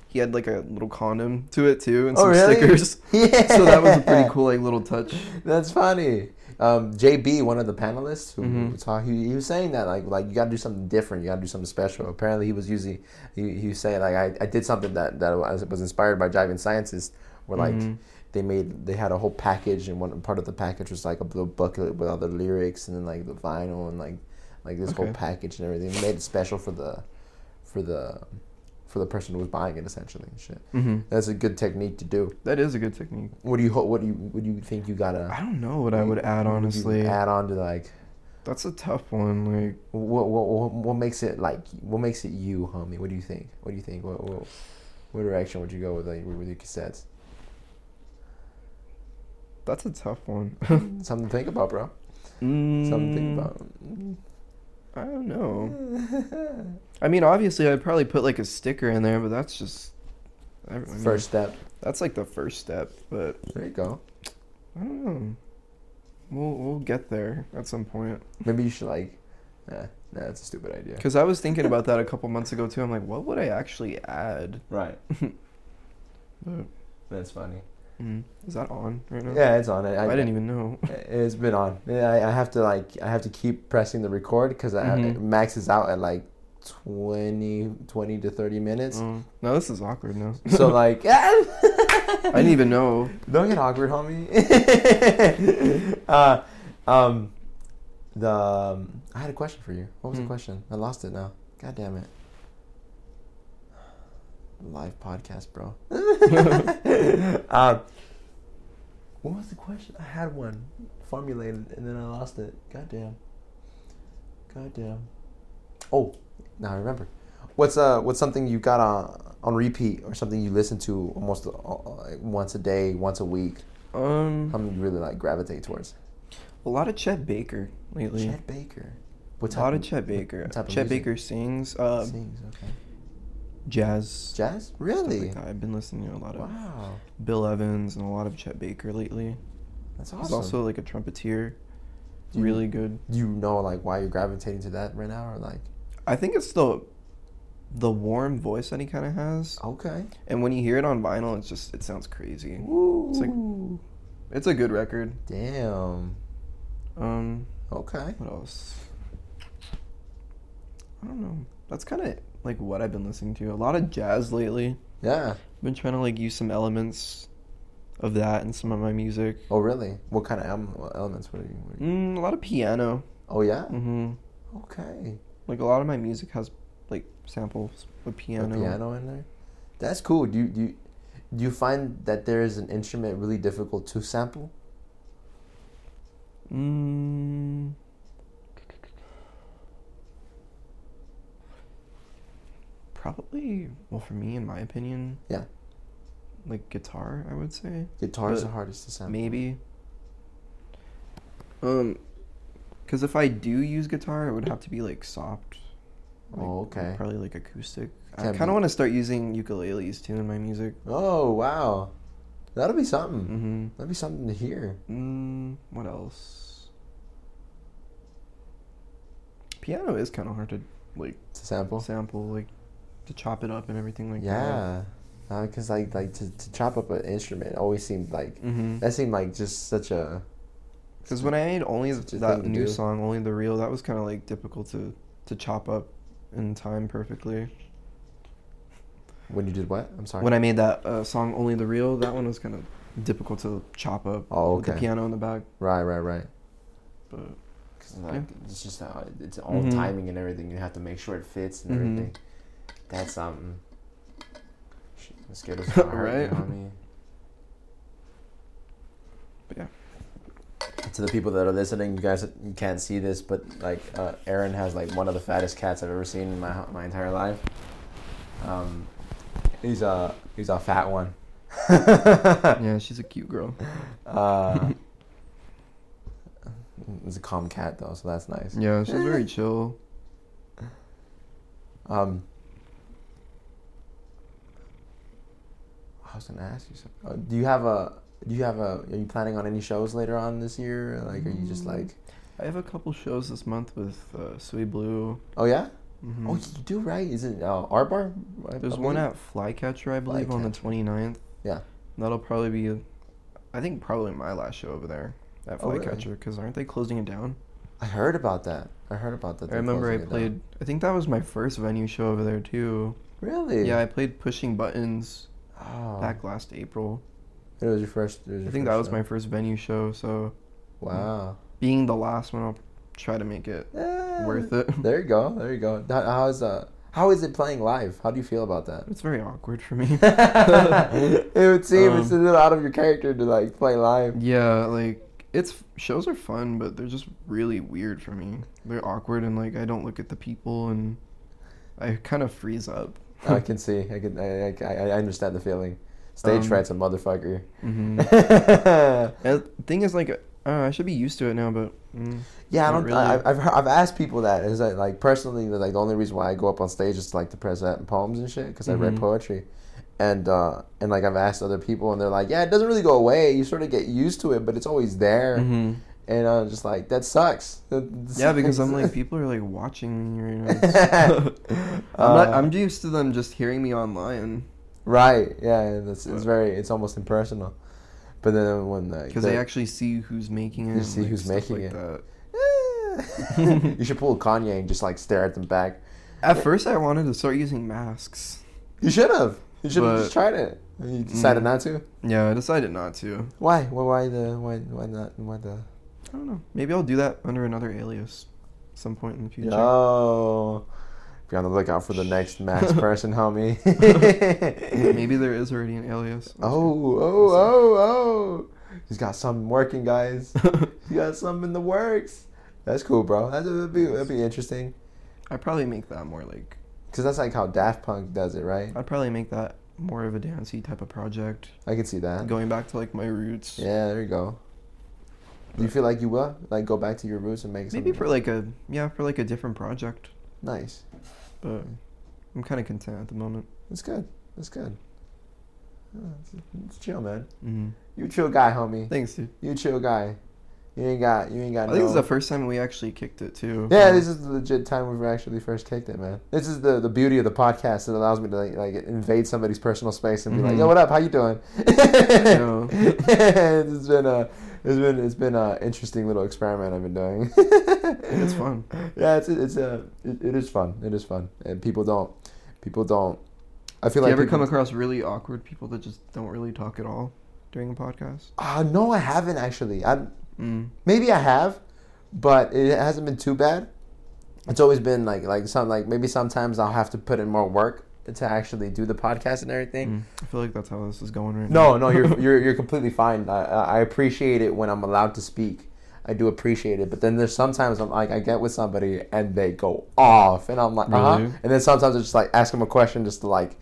he had like a little condom to it too and Oh, some really? stickers. [LAUGHS] Yeah. So that was a pretty cool like little touch. That's funny. Um, JB, one of the panelists, who Mhm. was talking, he, he was saying that like like you got to do something different, you got to do something special. Apparently, he was using he, he was saying like I, I did something that that was, was inspired by Jive and Sciences, where like Mhm. they made they had a whole package, and one part of the package was like a little booklet with all the lyrics, and then like the vinyl, and like like this whole Okay. package and everything. They made it special for the for the for the person who was buying it essentially and shit. Mhm. That's a good technique to do. That is a good technique. What do you ho- what do you what do you think you gotta? I don't know what I You- would add you honestly. add on to like That's a tough one. Like what, what what what makes it like what makes it you homie what do you think what do you think what what, what direction would you go with like with your cassettes that's a tough one. something to think about bro [LAUGHS] something to Something think about Mm. I don't know. I mean, obviously, I'd probably put like a sticker in there, but that's just I, I mean, [LAUGHS] first step That's like the first step, but there you go I don't know. Hmm. We'll we'll get there at some point. maybe you should like nah, nah that's a stupid idea Because I was thinking about that a couple months ago too. I'm like, what would I actually add? right But, that's funny mm, is that on right now? yeah it's on it I, didn't even know. It's been on. Yeah, I, I have to like I have to keep pressing the record because Mhm. it maxes out at like 20, 20 to thirty minutes. Oh. no, this is awkward now. [LAUGHS] [LAUGHS] So like, I didn't even know. don't get awkward, homie. [LAUGHS] uh, um, the um, I had a question for you. What was Hmm. the question? I lost it now. God damn it. Live podcast, [LAUGHS] bro. [LAUGHS] um, what was the question? I had one formulated and then I lost it. God damn. God damn. Oh, now I remember. What's uh what's something you got on on repeat or something you listen to almost uh, uh, once a day, once a week? Um, Something you really like gravitate towards? a lot of Chet Baker lately. Chet Baker. What a lot of type Chet Baker. what type of Chet music? Baker sings, uh, sings? Okay. jazz. Jazz? stuff like Really? that. I've been listening to a lot of Wow. Bill Evans and a lot of Chet Baker lately. That's He's awesome. also like a trumpeter. Do you- really good. Do you know like why you're gravitating to that right now or like I think it's the the warm voice that he kind of has, okay. and when you hear it on vinyl, it's just it sounds crazy. Woo. It's like- It's a good record. damn. Um, Okay. what else? I don't know. That's kind of like what I've been listening to. A lot of jazz lately. Yeah. I've been trying to like use some elements of that in some of my music. Oh, really? What kind of elem- what elements? What are you? What are you- Mm, a lot of piano. Oh, yeah. hmm Okay. Like a lot of my music has like samples of A piano. piano in there. That's cool. Do you, do you do you find that there is an instrument really difficult to sample? Mm. Probably, well, for me, in my opinion, Yeah. like guitar, I would say Guitar is But the hardest to sample. maybe. Um, because if I do use guitar, it would have to be like soft. like, Oh, okay. Probably like acoustic. I Can kind be- of want to start using ukuleles too in my music. Oh wow, that'll be something. Mm-hmm. That'll be something to hear. Mm, what else? Piano is kind of hard to like To sample. sample, like to chop it up and everything like that. Yeah, because like like to, to chop up an instrument always seemed like Mm-hmm. that seemed like just such a. Because when I made only such a that thing to new do. song, only the real, that was kind of like difficult to to chop up in time perfectly. When you did what? I'm sorry. When I made that uh, song "Only the Real," that one was kind of difficult to chop up Oh, with the okay. piano in the back. right, right, right. But 'Cause, like, Yeah. it's just how it's all Mhm. timing and everything. You have to make sure it fits and Mhm. everything. That's something. Shit, [LAUGHS] Mosquitoes in my heart, You Right. know what I mean? But yeah. To the people that are listening, you guys you can't see this, but like uh, Aaron has like one of the fattest cats I've ever seen in my my entire life. Um, he's a he's a fat [LAUGHS] one. yeah, she's a cute girl. Uh, [LAUGHS] it's a calm cat though, so that's nice. Yeah, she's very chill. Um, I was gonna ask you something. Uh, do you have a? Do you have a? Are you planning on any shows later on this year? Or, Like, are you just Mm. like? I have a couple shows this month with uh, Sui Blue. Oh yeah. Mhm. Oh, you do right. Is it uh, Art Bar? I- I There's one believe? at Flycatcher, I believe, on the Flycatcher. 29th. Yeah. That'll probably be, I think, probably my last show over there at Oh, really? Flycatcher because aren't they closing it down? I heard about that. I heard about that. I they're remember I closing it played, I think that was my first venue show over there too. down. Really? Yeah, I played Pushing Buttons Oh. back last April. It was your first. It was I your think first that was show. my first venue show, so Wow. being the last one, I'll try to make it Yeah. worth it. There you go. There you go. How, how is uh? How is it playing live? How do you feel about that? [LAUGHS] It's very awkward [LAUGHS] for me. [LAUGHS] it would seem it's a Um, little out of your character to like play live. Yeah, like it's shows are fun, but they're just really weird for me. They're awkward and like I don't look at the people and I kind of freeze up. I can see. I can. I, I, I I understand the feeling. Stage Um, mm. fright's a motherfucker. [LAUGHS] Mm-hmm. [LAUGHS] yeah, and the thing is, like, uh, I should be used to it now, but mm, I Not don't. really. I, I've heard, I've asked people that. Is that like personally? that, Like the only reason why I go up on stage is to, like to present poems and shit because I read Mhm. poetry, and uh, and like I've asked other people and they're like, yeah, it doesn't really go away. You sort of get used to it, but it's always there. And I'm just like, that sucks. [LAUGHS] Mm-hmm. yeah, because I'm like people are like watching me [LAUGHS] right now. I'm not. Uh, I'm used to them just hearing me online Right. Yeah. It's, it's But- very. It's almost impersonal. But then when like because the- they actually see who's making it. You and, see like, who's stuff making like it. That. [LAUGHS] you should pull Kanye and just like stare at them back. At first, I wanted to start using masks. You should have. You should have But- just tried it. You decided Mm. not to. Yeah, I decided not to. Why? Why? Why the? Why? Why not? Why the? I don't know. Maybe I'll do that under another alias, some point in the future. Oh, be on the lookout for the next [LAUGHS] masked person, homie. Maybe there is already an alias. [LAUGHS] Oh, oh, oh, oh! He's got something working, guys. [LAUGHS] He's got something in the works. That's cool, bro. That's, that'd be that'd be interesting. I probably make that more like Cause that's like how Daft Punk does it, right? I'd probably make that more of a dancey type of project, I can see that. going back to like my roots. Yeah, there you go. Do you feel like you will like go back to your roots and make Maybe something for like a yeah for like a different project, nice? but I'm kind of content at the moment. That's good. That's good. Yeah, It's, it's chill, man. Mm-hmm. You a chill guy, homie. Thanks, dude. You a chill guy. You ain't got. You ain't I got. think no... this is the first time we actually kicked it too. Yeah, this is the legit time we've actually first kicked it, man. This is the, the beauty of the podcast. It allows me to like, like invade somebody's personal space and be like, Mhm. "Yo, what up? How you doing?" [LAUGHS] Yeah. it's been a it's been it's been a interesting little experiment I've been doing. it's fun. [LAUGHS] yeah, it's it's a it, it is fun. It is fun, and people don't people don't. I Do feel you like ever people- come across really awkward people that just don't really talk at all during a podcast? Uh, no, I haven't actually. I Mm. maybe I have, but it hasn't been too bad. It's always been like like some like maybe sometimes I'll have to put in more work to actually do the podcast and everything. Mm. I feel like that's how this is going right No, no, now. [LAUGHS] you're you're you're completely fine. I, I appreciate it when I'm allowed to speak. I do appreciate it, but then there's sometimes I'm like I get with somebody and they go off, and I'm like, uh huh. Really? And then sometimes I just like ask them a question just to like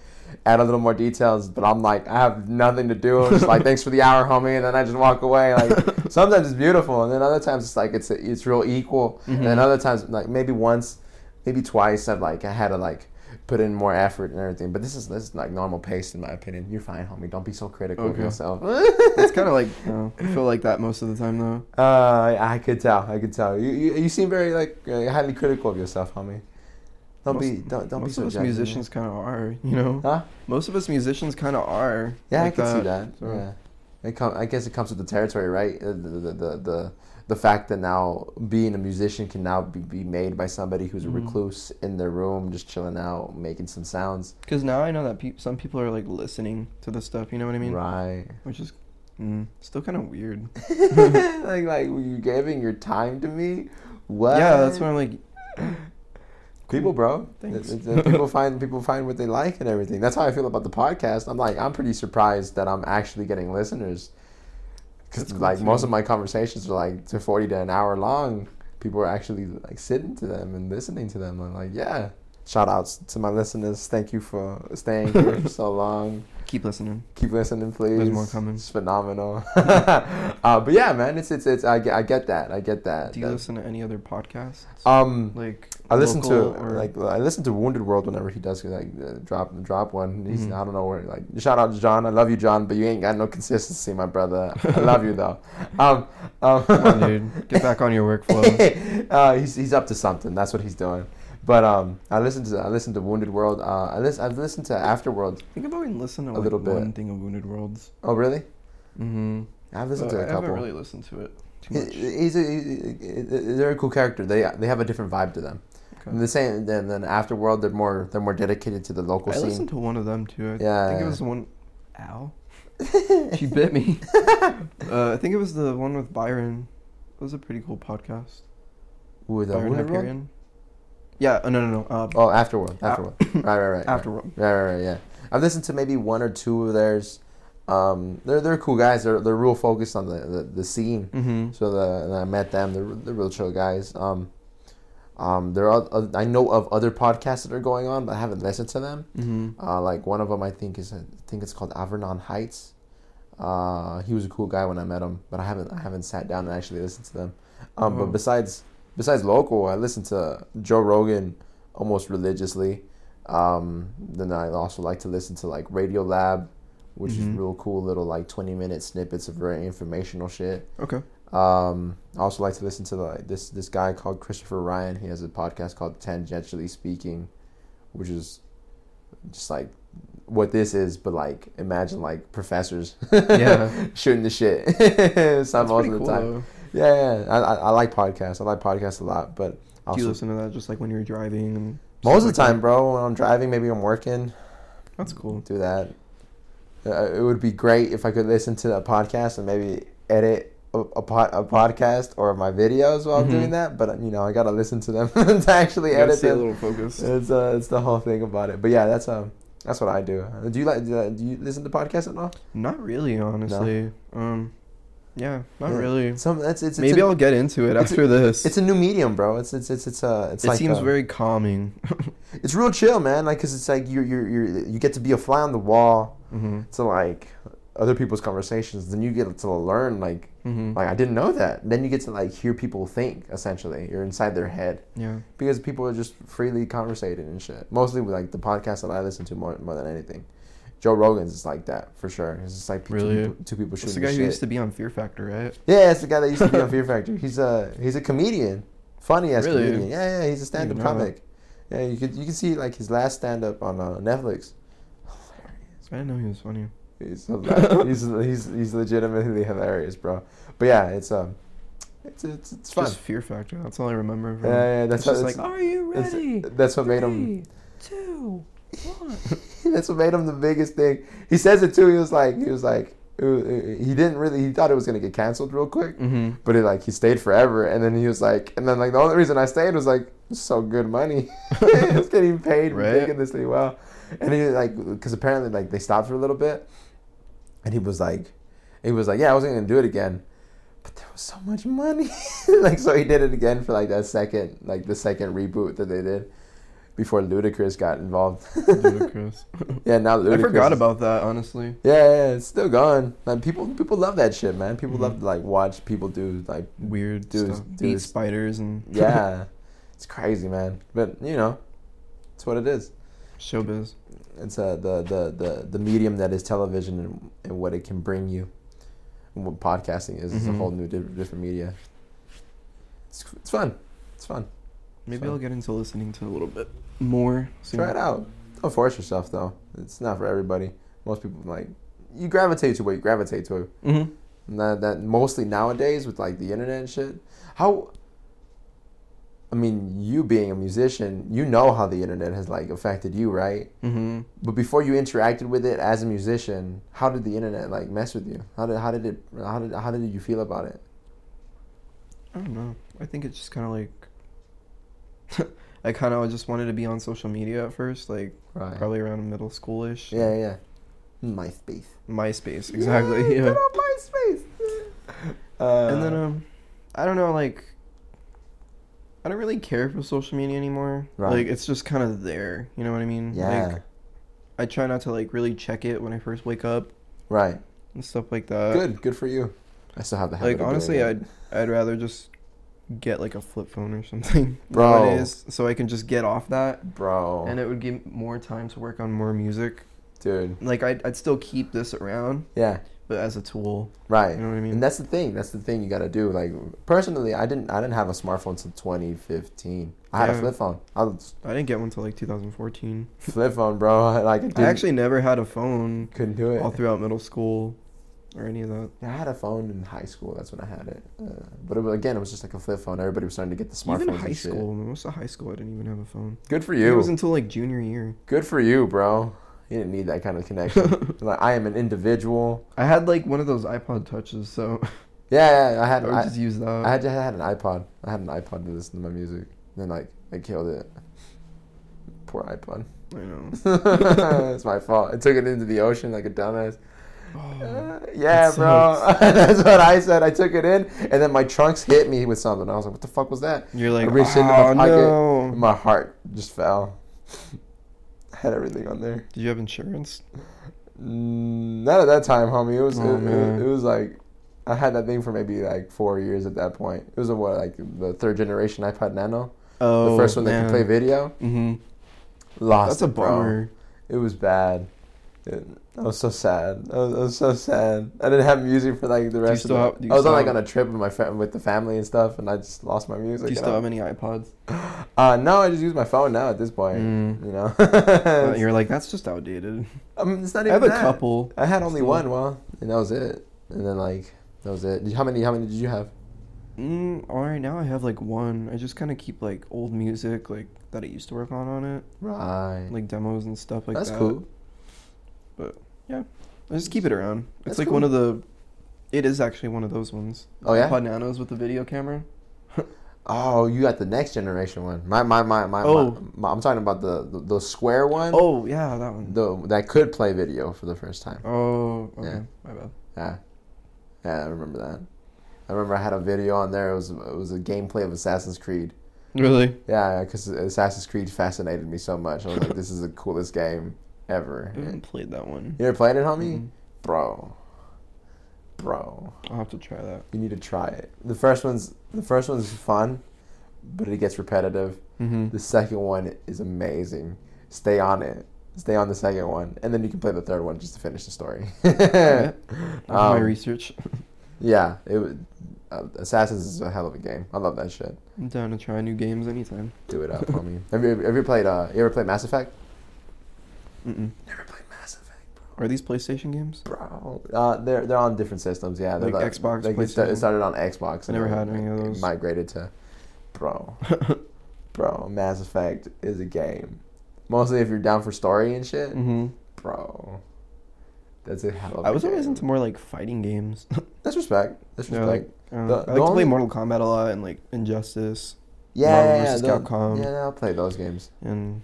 add a little more details, but I'm like I have nothing to do. I'm just [LAUGHS] like thanks for the hour, homie, and then I just walk away. Like sometimes it's beautiful, and then other times it's like it's it's real equal, and Mm-hmm. then other times like maybe once, maybe twice I've like I had to like put in more effort and everything. But this is this is like normal pace in my opinion. You're fine, homie. Don't be so critical of Okay. [LAUGHS] yourself. it's kind of like uh, I feel like that most of the time though. Uh, I could tell. I could tell. You you, you seem very like uh, highly critical of yourself, homie. Don't be Most- don't don't most be so of us judgmental. musicians kind of are, you know. Huh? Most of us musicians kind of are. Yeah, I like can see that. so- Yeah. It com- I guess it comes with the territory, right? Uh, The the the, the, the fact that now being a musician can now be, be made by somebody who's a Mm. Mhm. recluse in their room, just chilling out, making some sounds. Because now I know that peop some people are like listening to this stuff. You know what I mean? [LAUGHS] right. [LAUGHS] Which is mm, still kind of weird. like, like you giving your time to me? What? Yeah, that's what I'm like. people, bro. Thanks. It's- it's- [LAUGHS] people find people find what they like and everything. That's how I feel about the podcast. I'm like, I'm pretty surprised that I'm actually getting listeners. Because That's cool, like too. most of my conversations are like to forty to an hour long. People are actually like sitting to them and listening to them. I'm like, yeah. Shout outs to my listeners. Thank you for [LAUGHS] staying here for so long. Keep listening. Keep listening, please. There's more coming. It's phenomenal. [LAUGHS] uh, but yeah, man, it's it's it's. I get, I get that. I get that. Do you That- listen to any other podcasts? um, like I listen to local or- like I listen to Wounded World whenever he does like uh, drop drop one. He's Mhm. I don't know where like shout out to John. I love you, John, but you ain't got no consistency, my brother. I love you [LAUGHS] though. Um, um, [LAUGHS] Come [LAUGHS] on, dude, get back on your workflow. uh, he's he's up to something. That's what he's doing. But um, I listened to I listened to Wounded World. Uh, I listen I've listened to Afterworld. I think I've only listened to A like, little bit. one thing of Wounded Worlds. Oh really? Mm-hmm. I've listened to a I haven't couple. really listened to it too He- much. He's a, he- he- they're a cool character. They they have a different vibe to them. Okay. And the same then then Afterworld they're more they're more dedicated to the local I scene. listened to one of them too. I Yeah, think yeah. it was the one. [LAUGHS] Ow. she bit me. uh, I think it was the one with Byron. It was a pretty cool podcast. Ooh, the Byron Wounded World? Hyperion. Yeah. Oh, no, no, no. Uh, Oh, Afterworld. Afterworld. [LAUGHS] right, right, right. Afterworld. Afterworld. Right, right, right. Yeah, I've listened to maybe one or two of theirs. Um, they're they're cool guys. They're they're real focused on the the, the scene. Mm-hmm. So the and I met them. They're they're real chill guys. Um, um, there are oth- I know of other podcasts that are going on, but I haven't listened to them. Mm-hmm. Uh, like one of them, I think is I think it's called Avernon Heights. Uh, he was a cool guy when I met him, but I haven't I haven't sat down and actually listened to them. Um, Oh. But besides besides local, I listened to Joe Rogan almost religiously. Um, then I also like to listen to like Radio Lab, which Mhm. is real cool little like twenty minute snippets of very informational shit. [LAUGHS] Okay. Um, I also like to listen to like this this guy called Christopher Ryan. He has a podcast called Tangentially Speaking, which is just like what this is, but like imagine like professors, Yeah. [LAUGHS] shooting the shit. [LAUGHS] Some That's most pretty of the cool. time. Though. Yeah, yeah. I, I I like podcasts. I like podcasts a lot, but Do you also listen to that just like when you're driving? And most of stuff the like time, that? bro, when I'm driving, maybe I'm working, That's cool. do that. Uh, it would be great if I could listen to a podcast and maybe edit a, a, pod, a podcast or my videos while Mhm. doing that. But uh, you know, I gotta listen to them [LAUGHS] to actually You gotta edit stay a them. little focused. It's uh, it's the whole thing about it. But yeah, that's um, that's what I do. Uh, Do you like do you, do you listen to podcasts at all? Not really, honestly. Um, yeah, not Yeah. really. Some that's it's, it's Maybe a, I'll get into it it's a- after this. It's a new medium, bro. It's it's it's it's uh, it's it like seems uh, very [LAUGHS] calming. it's real chill, man. Like, cause it's like you you you you get to be a fly on the wall hmm to like other people's conversations. Then you get to learn like hmm Like I didn't know that. Then you get to like hear people think. Essentially, you're inside their head yeah. because people are just freely conversating and shit. Mostly with like the podcast that I listen to more, more than anything. Joe Rogan's is like that for sure. It's just like two Really? people- two people It's the shooting guy the who used shit. to be on Fear Factor, right? Yeah, it's the guy that used to [LAUGHS] be on Fear Factor. He's a he's a comedian, funny as Really? comedian. Yeah, yeah, he's a stand up know that. comic. Yeah, you could you can see like his last stand up on uh, Netflix. I didn't know he was funny. He's, hilarious. he's he's he's legitimately hilarious, bro. But yeah, it's um, it's it's, it's It's fun. just Fear Factor. That's all I remember. From. Yeah, yeah, that's it's how- that's- just like, are you That's- ready? That's what made him. Two. One. [LAUGHS] That's what made him the biggest thing. He says it too. He was like, he was like, it wa- it- he didn't really. He thought it was gonna get canceled real quick, [LAUGHS] Mm-hmm. but it like he stayed forever. And then he was like, and then like the only reason I stayed was like it's so good money. [LAUGHS] it's [LAUGHS] getting paid Right. ridiculously well. And he like, because apparently like they stopped for a little bit, and he was like, he was like, yeah, I wasn't gonna do it again. But there was so much money, [LAUGHS] like so he did it again for like that second, like the second reboot that they did before Ludacris got involved. Ludicrous. Yeah, now [LAUGHS] I Ludacris forgot is- about that, honestly. Yeah, yeah, it's still gone. Like people, people love that shit, man. People Mhm. love to, like watch people do like, Weird Dude, stuff. dude, Beat it's- spiders and [LAUGHS] yeah, it's crazy, man. But you know, it's what it is. showbiz. It's uh, the, the the the medium that is television and, and what it can bring you. And what podcasting is is a Mhm. whole new different, different media. It's it's fun. It's fun. Maybe So- I'll get into listening to a little bit more. soon. Try it out. Don't force yourself though. It's not for everybody. Most people like you gravitate to what you gravitate to. Mhm. That, that mostly nowadays with like the internet and shit. How? I mean, you being a musician, you know how the internet has like affected you, right? Mm-hmm. But before you interacted with it as a musician, how did the internet like mess with you? How did how did it how did how did you feel about it? I don't know. I think it's just kind of like [LAUGHS] I kind of just wanted to be on social media at first, like Right. probably around middle schoolish. Yeah, yeah. MySpace. MySpace, [LAUGHS] exactly. Yay, Yeah. Good old [LAUGHS] MySpace. Uh, And then um, I don't know, like I don't really care for social media anymore. Right. Like it's just kind of there. You know what I mean? yeah, Like I try not to like really check it when I first wake up right. and stuff like that. good, good for you. I still have the habit. Uh, Like honestly, I I'd I'd rather just get like a flip phone or [LAUGHS] something Bro. nowadays, so I can just get off that, bro, and it would give more time to work on more music. dude. Like I'd I'd still keep this around, Yeah, but as a tool. right. You know what I mean? And that's the thing. That's the thing you gotta do. Like personally, I didn't. I didn't have a smartphone till 2015. I had a Yeah. flip phone. I was I didn't get one till like 2014. flip phone, bro. [LAUGHS] Like I, didn't, I actually never had a phone couldn't do it. all throughout middle school or any of that. I had a phone in high school. That's when I had it. Uh, but it, was- again, it was just like a flip phone. Everybody was starting to get the smartphones. even high and shit. school, most of high school, I didn't even have a phone. Good for It you. was until like junior [LAUGHS] year. Good for you, bro. You didn't need that kind of [LAUGHS] connection. like I am an individual. I had like one of those iPod touches, so Yeah, yeah I I had. would I, just uh, use that. I had, I had an iPod. I had an iPod to listen to my music. And then like I killed it. Poor iPod. I know. [LAUGHS] it's my fault. I took it into the ocean like a dumbass. Oh, Uh, yeah, that bro. [LAUGHS] That's what I said. I took it in, and then my trunks hit me with something. I was like, "What the fuck was that?" You're like, I reached into my "Ah, pocket." no. My heart just fell. I had everything on there. Did you have insurance? Mm, Not at that time, homie. It was Oh, it, man. it, it was like I had that thing for maybe like four years at that point. It was a, what like the third generation iPod Nano, Oh, the first one that could play man. video. hmm Lost. That's a it, bro. bummer. It was bad. It, I was so sad. I was, I was so sad. I didn't have music for like the rest still of have- the. do you I was on like still on a trip with my fa- with the family and stuff, and I just lost my music. Do and you still I- have any iPods? uh, no, I just use my phone now at this point. Mm. You [LAUGHS] know, Uh, [LAUGHS] You're like, that's just outdated. I mean, it's not I even have a that. couple. I had only Still. one, well, and that was it. And then like that was it. Did- How many? How many did you have? Mm, all right, now I have like one. I just kind of keep like old music, like that I used to work on on it, Right. like demos and stuff like Mm. That's that. cool. I just keep it around. It's That's like cool. one of the. It is actually one of those ones. Oh, yeah? iPod Nanos with the video camera. Oh, you got the next generation one. My my my my. Oh. my, my- I'm talking about the the, the square one. Oh yeah, that one. The, that could play video for the first time. oh okay, Yeah. my bad. Yeah, yeah, I remember that. I remember I had a video on there. It was it was a gameplay of Assassin's Creed. Really? Yeah, because Assassin's Creed fascinated me so much. I was like, this is the coolest game ever. [LAUGHS] I haven't You played that one. ever played it, homie? Mm, Bro, bro, I'll have to try that. you need to try it. The first one's the first one's fun, but it gets repetitive. Mm-hmm. The [LAUGHS] second one is amazing. Stay on it. Stay on the second one, and then you can play the third one just to finish the story. [LAUGHS] my Um, research. Yeah, it would, uh, Assassins is a hell of a game. I love that shit. I'm down to try new games anytime. Do it up, homie. [LAUGHS] Have you, have you ever played? Uh, you ever played Mass Effect? Mm-mm. Never played Mass Effect, Are these PlayStation games? bro. Uh, they're they're on different systems. Yeah, they're Like Xbox, Like it, sta- it PlayStation? started on Xbox. Never it- had any of it those. Migrated to, [LAUGHS] bro, bro. Mass Effect is a game. Mostly if you're down for story and shit, Mm-hmm. bro. That's a hell of a I was always game. into more like fighting games. That's respect. That's Yeah, respect. like, Uh, The- I like the to only- play Mortal Kombat a lot and like Injustice yeah, Marvel yeah, yeah, versus they'll- Capcom. Yeah, I'll play those games. and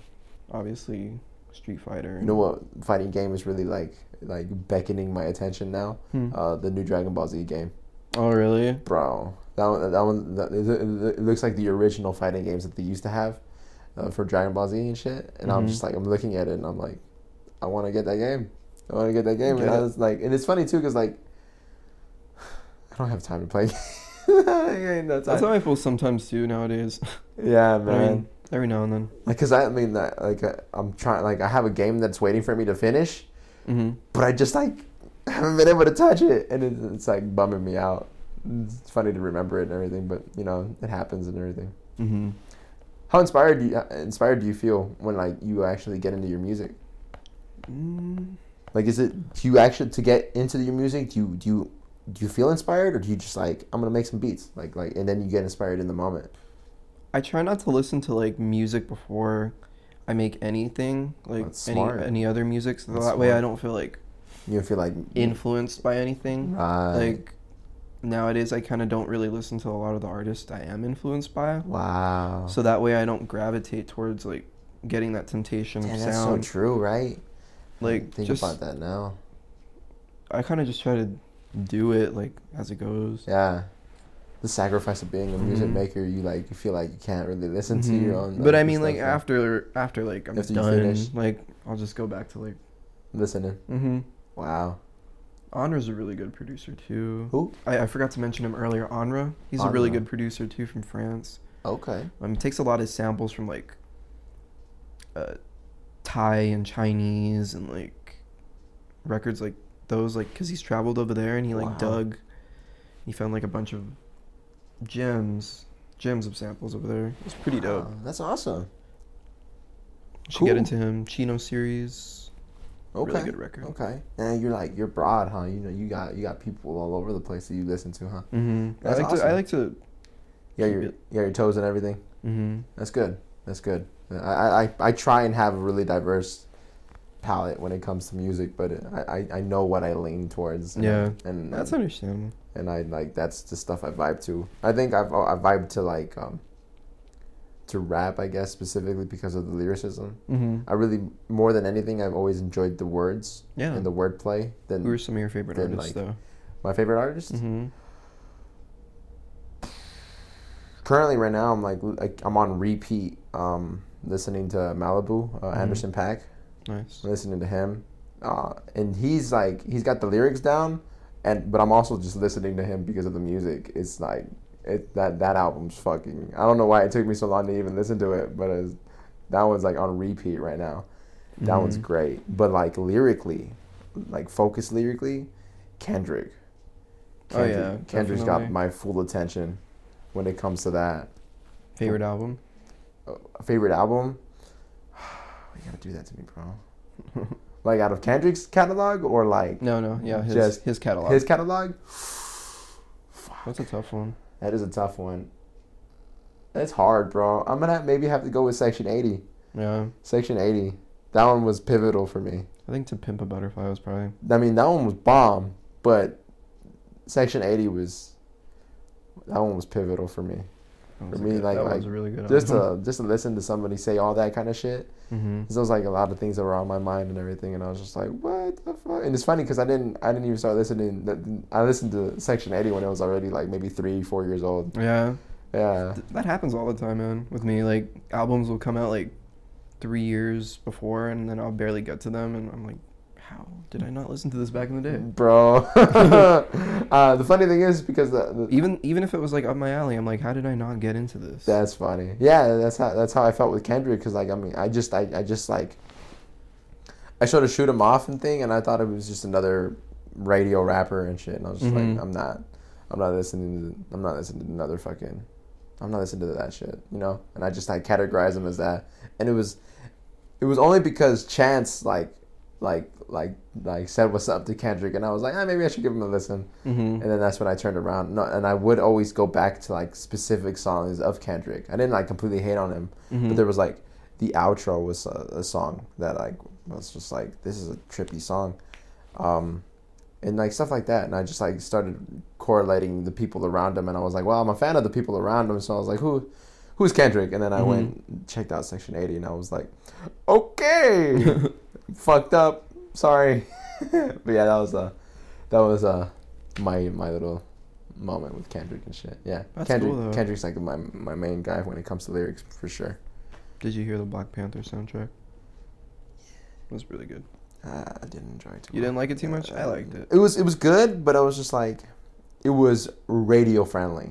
obviously Street Fighter. You know what fighting game is really like like beckoning my attention now? Hmm. Uh, the new Dragon Ball Z game, oh really? bro. That one, that one, that, it- it, it looks like the original fighting games that they used to have uh, for Dragon Ball Z and shit. And I'm Mhm. just like, I'm looking at it and I'm like, I want to get that game. I want to get that game. Get and I it. was like, and it's funny too because like, [SIGHS] I don't have time to play. [LAUGHS] I ain't no That's time. how I feel sometimes too nowadays. [LAUGHS] yeah, But I man. mean, every now and then. Like 'cause I mean, that, like, I, I'm trying. Like, I have a game that's waiting for me to finish. Mm-hmm. but I just like [LAUGHS] haven't been able to touch it, and it, it's like bumming me out. It's funny to remember it and everything, but you know it happens and everything. Mm-hmm. How inspired do you, uh, inspired do you feel when like you actually get into your music? Mm, Like, is it do you actually to get into your music? Do you do you do you feel inspired or do you just like I'm gonna make some beats like like and then you get inspired in the moment? I try not to listen to like music before I make anything, like That's any smart. any other music, so that That's way I smart. don't feel like You don't feel like influenced by anything. right. Like nowadays, I kind of don't really listen to a lot of the artists I am influenced by, wow. so that way I don't gravitate towards like getting that temptation Damn, of that's so sound. true, right? like think just about that now. I kind of just try to do it like as it goes. Yeah. The sacrifice of being a music Mhm. maker, you like you feel like you can't really listen to Mhm. your own. but I the mean, like stuff after after like I'm After you done, finish. like I'll just go back to like. you're listening. Mm-hmm. Wow. Anra's a really good producer too. Who? I, I forgot to mention him earlier. Anra, he's a really Anra. good producer too from France. Okay. Um, he takes a lot of samples from like uh, Thai and Chinese and like records like those, like because he's traveled over there and he like Wow. dug. He found like a bunch of gems, gems of samples over there. It's pretty dope. Wow, that's awesome. You Should get cool. into him. Chino series, Okay. really good record. Okay. And you're like you're broad, huh? You know, you got you got people all over the place that you listen to, huh? hmm I That's like to. I awesome. like to. You got Keep your you it. got your toes and everything. hmm That's good. That's good. I, I, I- I try and have a really diverse palette when it comes to music, but I, I, I know what I lean towards. and- Yeah. and That's understandable. and I like that's the stuff I vibe to. I think I've I vibe to like um to rap, I guess specifically because of the lyricism. Mm-hmm. I really more than anything, I've always enjoyed the words Yeah. and the wordplay. Than Who are some of your favorite then, artists, like, though? my favorite artist Mm-hmm. currently right now. I'm like like I'm on repeat um listening to Malibu uh, Mhm. Anderson Pack. Nice. listening to him, uh, and he's like he's got the lyrics down, and but I'm also just listening to him because of the music. It's like it that that album's fucking. I don't know why it took me so long to even listen to it, but it's, that one's like on repeat right now. That one's Mhm. great, but like lyrically, like focused lyrically, Kendrick. Oh, yeah, Kendrick's got definitely. my full attention when it comes to that. Favorite album? A favorite album? [SIGHS] you gotta do that to me, bro. [LAUGHS] like out of Kendrick's catalog or like No, no, yeah, his Just his catalog. his catalog? That's a tough one. That is a tough one. That's hard, bro. I'm gonna maybe have to go with Section 80. Yeah, Section 80. That one was pivotal for me. I think "To Pimp a Butterfly" was probably I mean, that one was bomb, but Section 80 was that one was pivotal for me. that was For a me, good- like- that like, was a really good. Just to just to listen to somebody say all that kind of shit. [LAUGHS] hmm There was like a lot of things that were on my mind and everything, and I was just like, "What the fuck?" And it's funny because I didn't, I didn't even start listening. th- I listened to Section Eighty when I was already like maybe three, four years old. Yeah, Yeah, Th- that happens all the time, man. With me, like albums will come out like three years before, and then I'll barely get to them, and I'm like, how did I not listen to this back in the day? bro. [LAUGHS] uh, the funny thing is because the, the, Even even if it was like up my alley, I'm like, how did I not get into this? that's funny. Yeah, that's how that's how I felt with Kendrick because like I mean, I just, I, I just like, I sort of shoot him off and thing, and I thought it was just another radio rapper and shit, and I was just Mhm. like, I'm not, I'm not listening to, I'm not listening to another fucking. I'm not listening to that shit, you know? And I just like categorized him as that. And it was it was only because Chance like like like like said what's up to Kendrick and I was like, ah, maybe I should give him a listen. hmm And then that's when I turned around. No, and I would always go back to like specific songs of Kendrick. I didn't like completely hate on him, Mm-hmm. but there was like the outro was a, a song that like was just like this is a trippy song. Um and like stuff like that, and I just like started correlating the people around him, and I was like, "Well, I'm a fan of the people around him," so I was like, "Who, who's Kendrick?" And then I Mhm. went and checked out Section 80, and I was like, [LAUGHS] "Okay, fucked up, sorry." [LAUGHS] but yeah, that was uh, that was uh, my my little moment with Kendrick and shit. Yeah, That's Kendrick, cool, though. Kendrick's like my my main guy when it comes to lyrics for sure. Did you hear the Black Panther soundtrack? It was really good. Uh, I didn't enjoy it too You didn't like it too much? I liked it. It was it was good, but I was just like, it was radio friendly,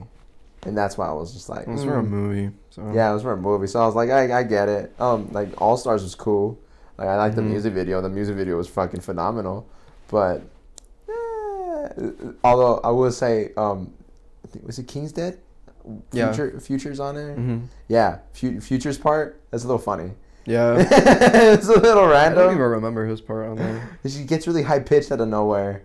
and that's why I was just like, It was for a mm. movie, so yeah, it was for a movie. So I was like, I, I get it. Um, like All Stars was cool. Like I liked Mhm. the music video. The music video was fucking phenomenal, but eh, although I will say, um, I think, was it King's Dead? Yeah. Future, Futures on there. hmm Yeah, Fu- Futures part. That's a little funny. [LAUGHS] Yeah. it's a little I random. don't even remember his part on there. She gets really high pitched out of nowhere,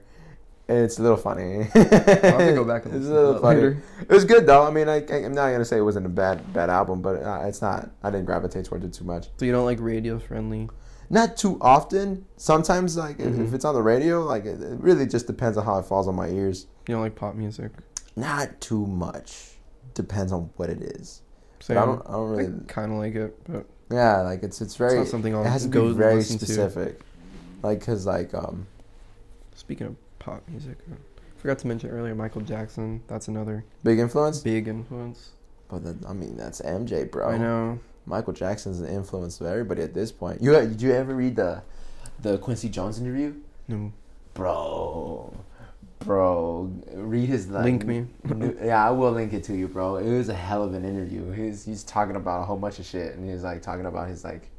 It's a little funny. I'll have to go back [LAUGHS] and it's a listen to little that funny. later. It was good though. I mean, I, I, I'm not gonna say it wasn't a bad bad album, but uh, it's not. I didn't gravitate towards it too much. So you don't like radio friendly? Not too often. Sometimes, like if- if Mhm. it's on the radio, like it, it really just depends on how it falls on my ears. You don't like pop music? Not too much. Depends on what it is. So But I don't. I don't really. kind of like it, but yeah, like it's it's very. it's not something I'll it has to go be very listen specific. Like, cause like um, to. Speaking of pop music, I forgot to mention earlier Michael Jackson. That's another big influence. big influence. But that, I mean, that's MJ, bro. I know. Michael Jackson's an influence to everybody at this point. You did you ever read the the Quincy Jones interview, No, bro? Bro, read his like, link me. new- yeah, I will link it to you, bro. It was a hell of an interview. He's he's talking about a whole bunch of shit, and he's like talking about his like.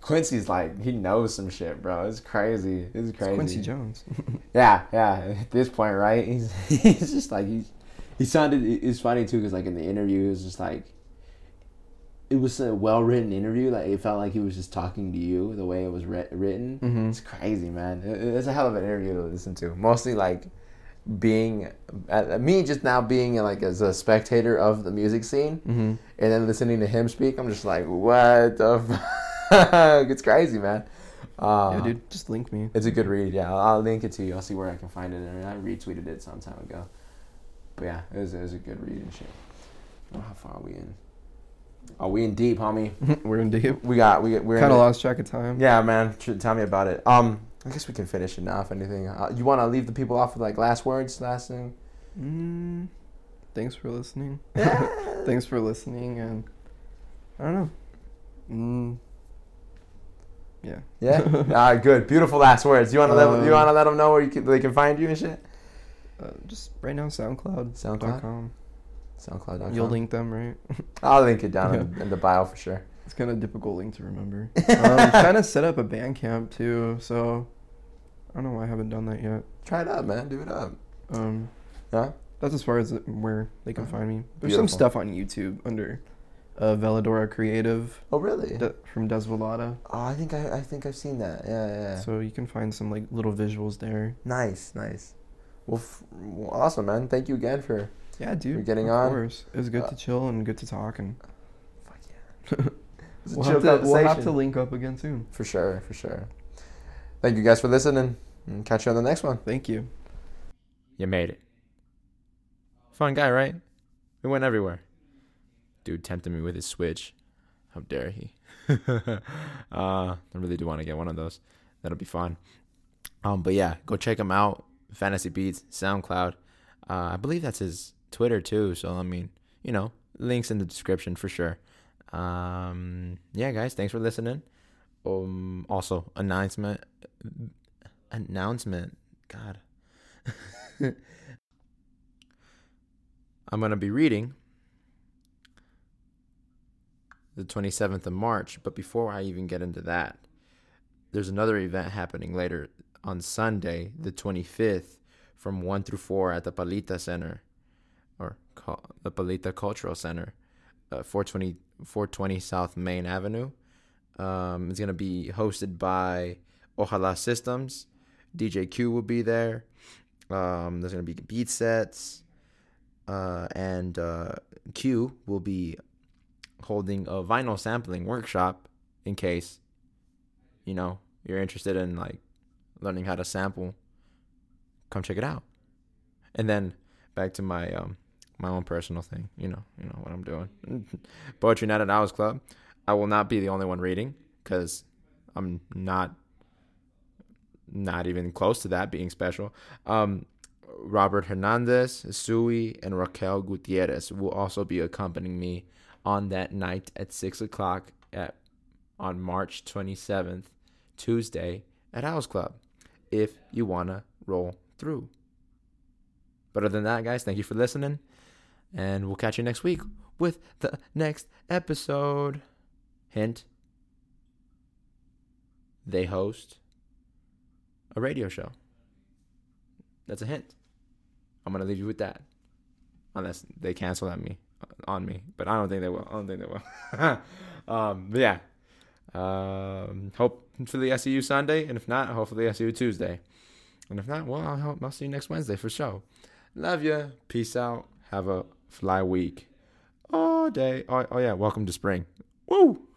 Quincy's like he knows some shit, bro. It's crazy. It's It's crazy. Quincy Jones. [LAUGHS] Yeah, yeah. [LAUGHS] At this point, right? He's, [LAUGHS] he's just like he, he sounded. it- It's funny too, because like in the interview, it was just like it was a well written interview. Like it felt like he was just talking to you the way it was writ written. Mhm. It's crazy, man. It, it- it's a hell of an interview to listen to. Mostly like being uh, me just now being like as a spectator of the music scene mm-hmm. and then listening to him speak i'm just like what the [LAUGHS] fuck? it's crazy man uh, yeah, dude, just link me. it's a good read. Yeah, I'll, I'll link it to you. I'll see where I can find it. And I retweeted it some time ago. But yeah, it was, it was a good read and shit. Oh, how far are we in? Are we in deep, homie? [LAUGHS] We're in deep. We got we [LAUGHS] we're in Kind it. of lost track of time. Yeah, man. tr- Tell me about it. Um, I guess we can finish it now. If anything, uh, you want to leave the people off with like last words, last thing. Mm, thanks for listening. [LAUGHS] Yeah. Thanks for listening, and I don't know. Mm, yeah. yeah. [LAUGHS] All right. Good. Beautiful last words. You want to let Um, you want to let them know where you can, they can find you and shit. Uh, just right now, SoundCloud. SoundCloud. SoundCloud.com. SoundCloud.com. You'll link them, right? I'll link it down [LAUGHS] in, in the bio for sure. It's kind of difficult link [LAUGHS] to remember. um, I'm trying to set up a band camp too, so I don't know why I haven't done that yet. Try it up, man. Do it up. Um, Yeah. that's as far as it- where they can Uh-huh. find me. There's some Beautiful. stuff on YouTube under uh, Veladora Creative Oh really? de- from Desvelada, Oh, I think I, I think I've seen that. Yeah, yeah. yeah. so you can find some like little visuals there. nice, nice. Well, f- well, awesome, man. Thank you again for. Yeah, dude. We're getting of on. Course. It was good Uh, to chill and good to talk, and Fuck yeah. It's a we'll chill have, to, we'll have conversation. to link up again soon. For sure, for sure. Thank you guys for listening, and catch you on the next one. Thank you. You made it. Fun guy, right? We went everywhere. Dude tempted me with his Switch. How dare he? [LAUGHS] uh, I really do want to get one of those. That'll be fun. Um, but yeah, go check him out. Fantasy Beats, SoundCloud. Uh, I believe that's his Twitter too. So I mean, you know, links in the description for sure. Um, yeah, guys, thanks for listening. Um, also announcement, announcement. God, I'm going to be reading the 27th of March, but before I even get into that, there's another event happening later on Sunday, the 25th, from 1 through 4 at the Palita Center or cul- the Palita Cultural Center, uh, 420, 420 South Main Avenue. Um, it's going to be hosted by Ojalá Systems. DJ Q will be there. Um, there's going to be beat sets. Uh, and uh, Q will be holding a vinyl sampling workshop in case, you know, you're interested in like learning how to sample. Come check it out. And then back to my um, my own personal thing. You know, you know what I'm doing. [LAUGHS] Poetry Night at Owls Club. I will not be the only one reading because I'm not not even close to that being special. Um, Robert Hernandez, Sui, and Raquel Gutierrez will also be accompanying me on that night at six o'clock at on March 27th, Tuesday at House Club. If you wanna roll through. But other than that, guys, thank you for listening, and we'll catch you next week with the next episode. Hint: They host a radio show. That's a hint. I'm gonna leave you with that, unless they cancel at me on me. But I don't think they will. I don't think they will. [LAUGHS] um, but yeah. Um, hopefully I see you Sunday, and if not, hopefully I see you Tuesday. And if not, well, I'll, help, I'll see you next Wednesday for sure. Love ya. Peace out. Have a fly week. All day. Oh, oh yeah. Welcome to spring. Woo.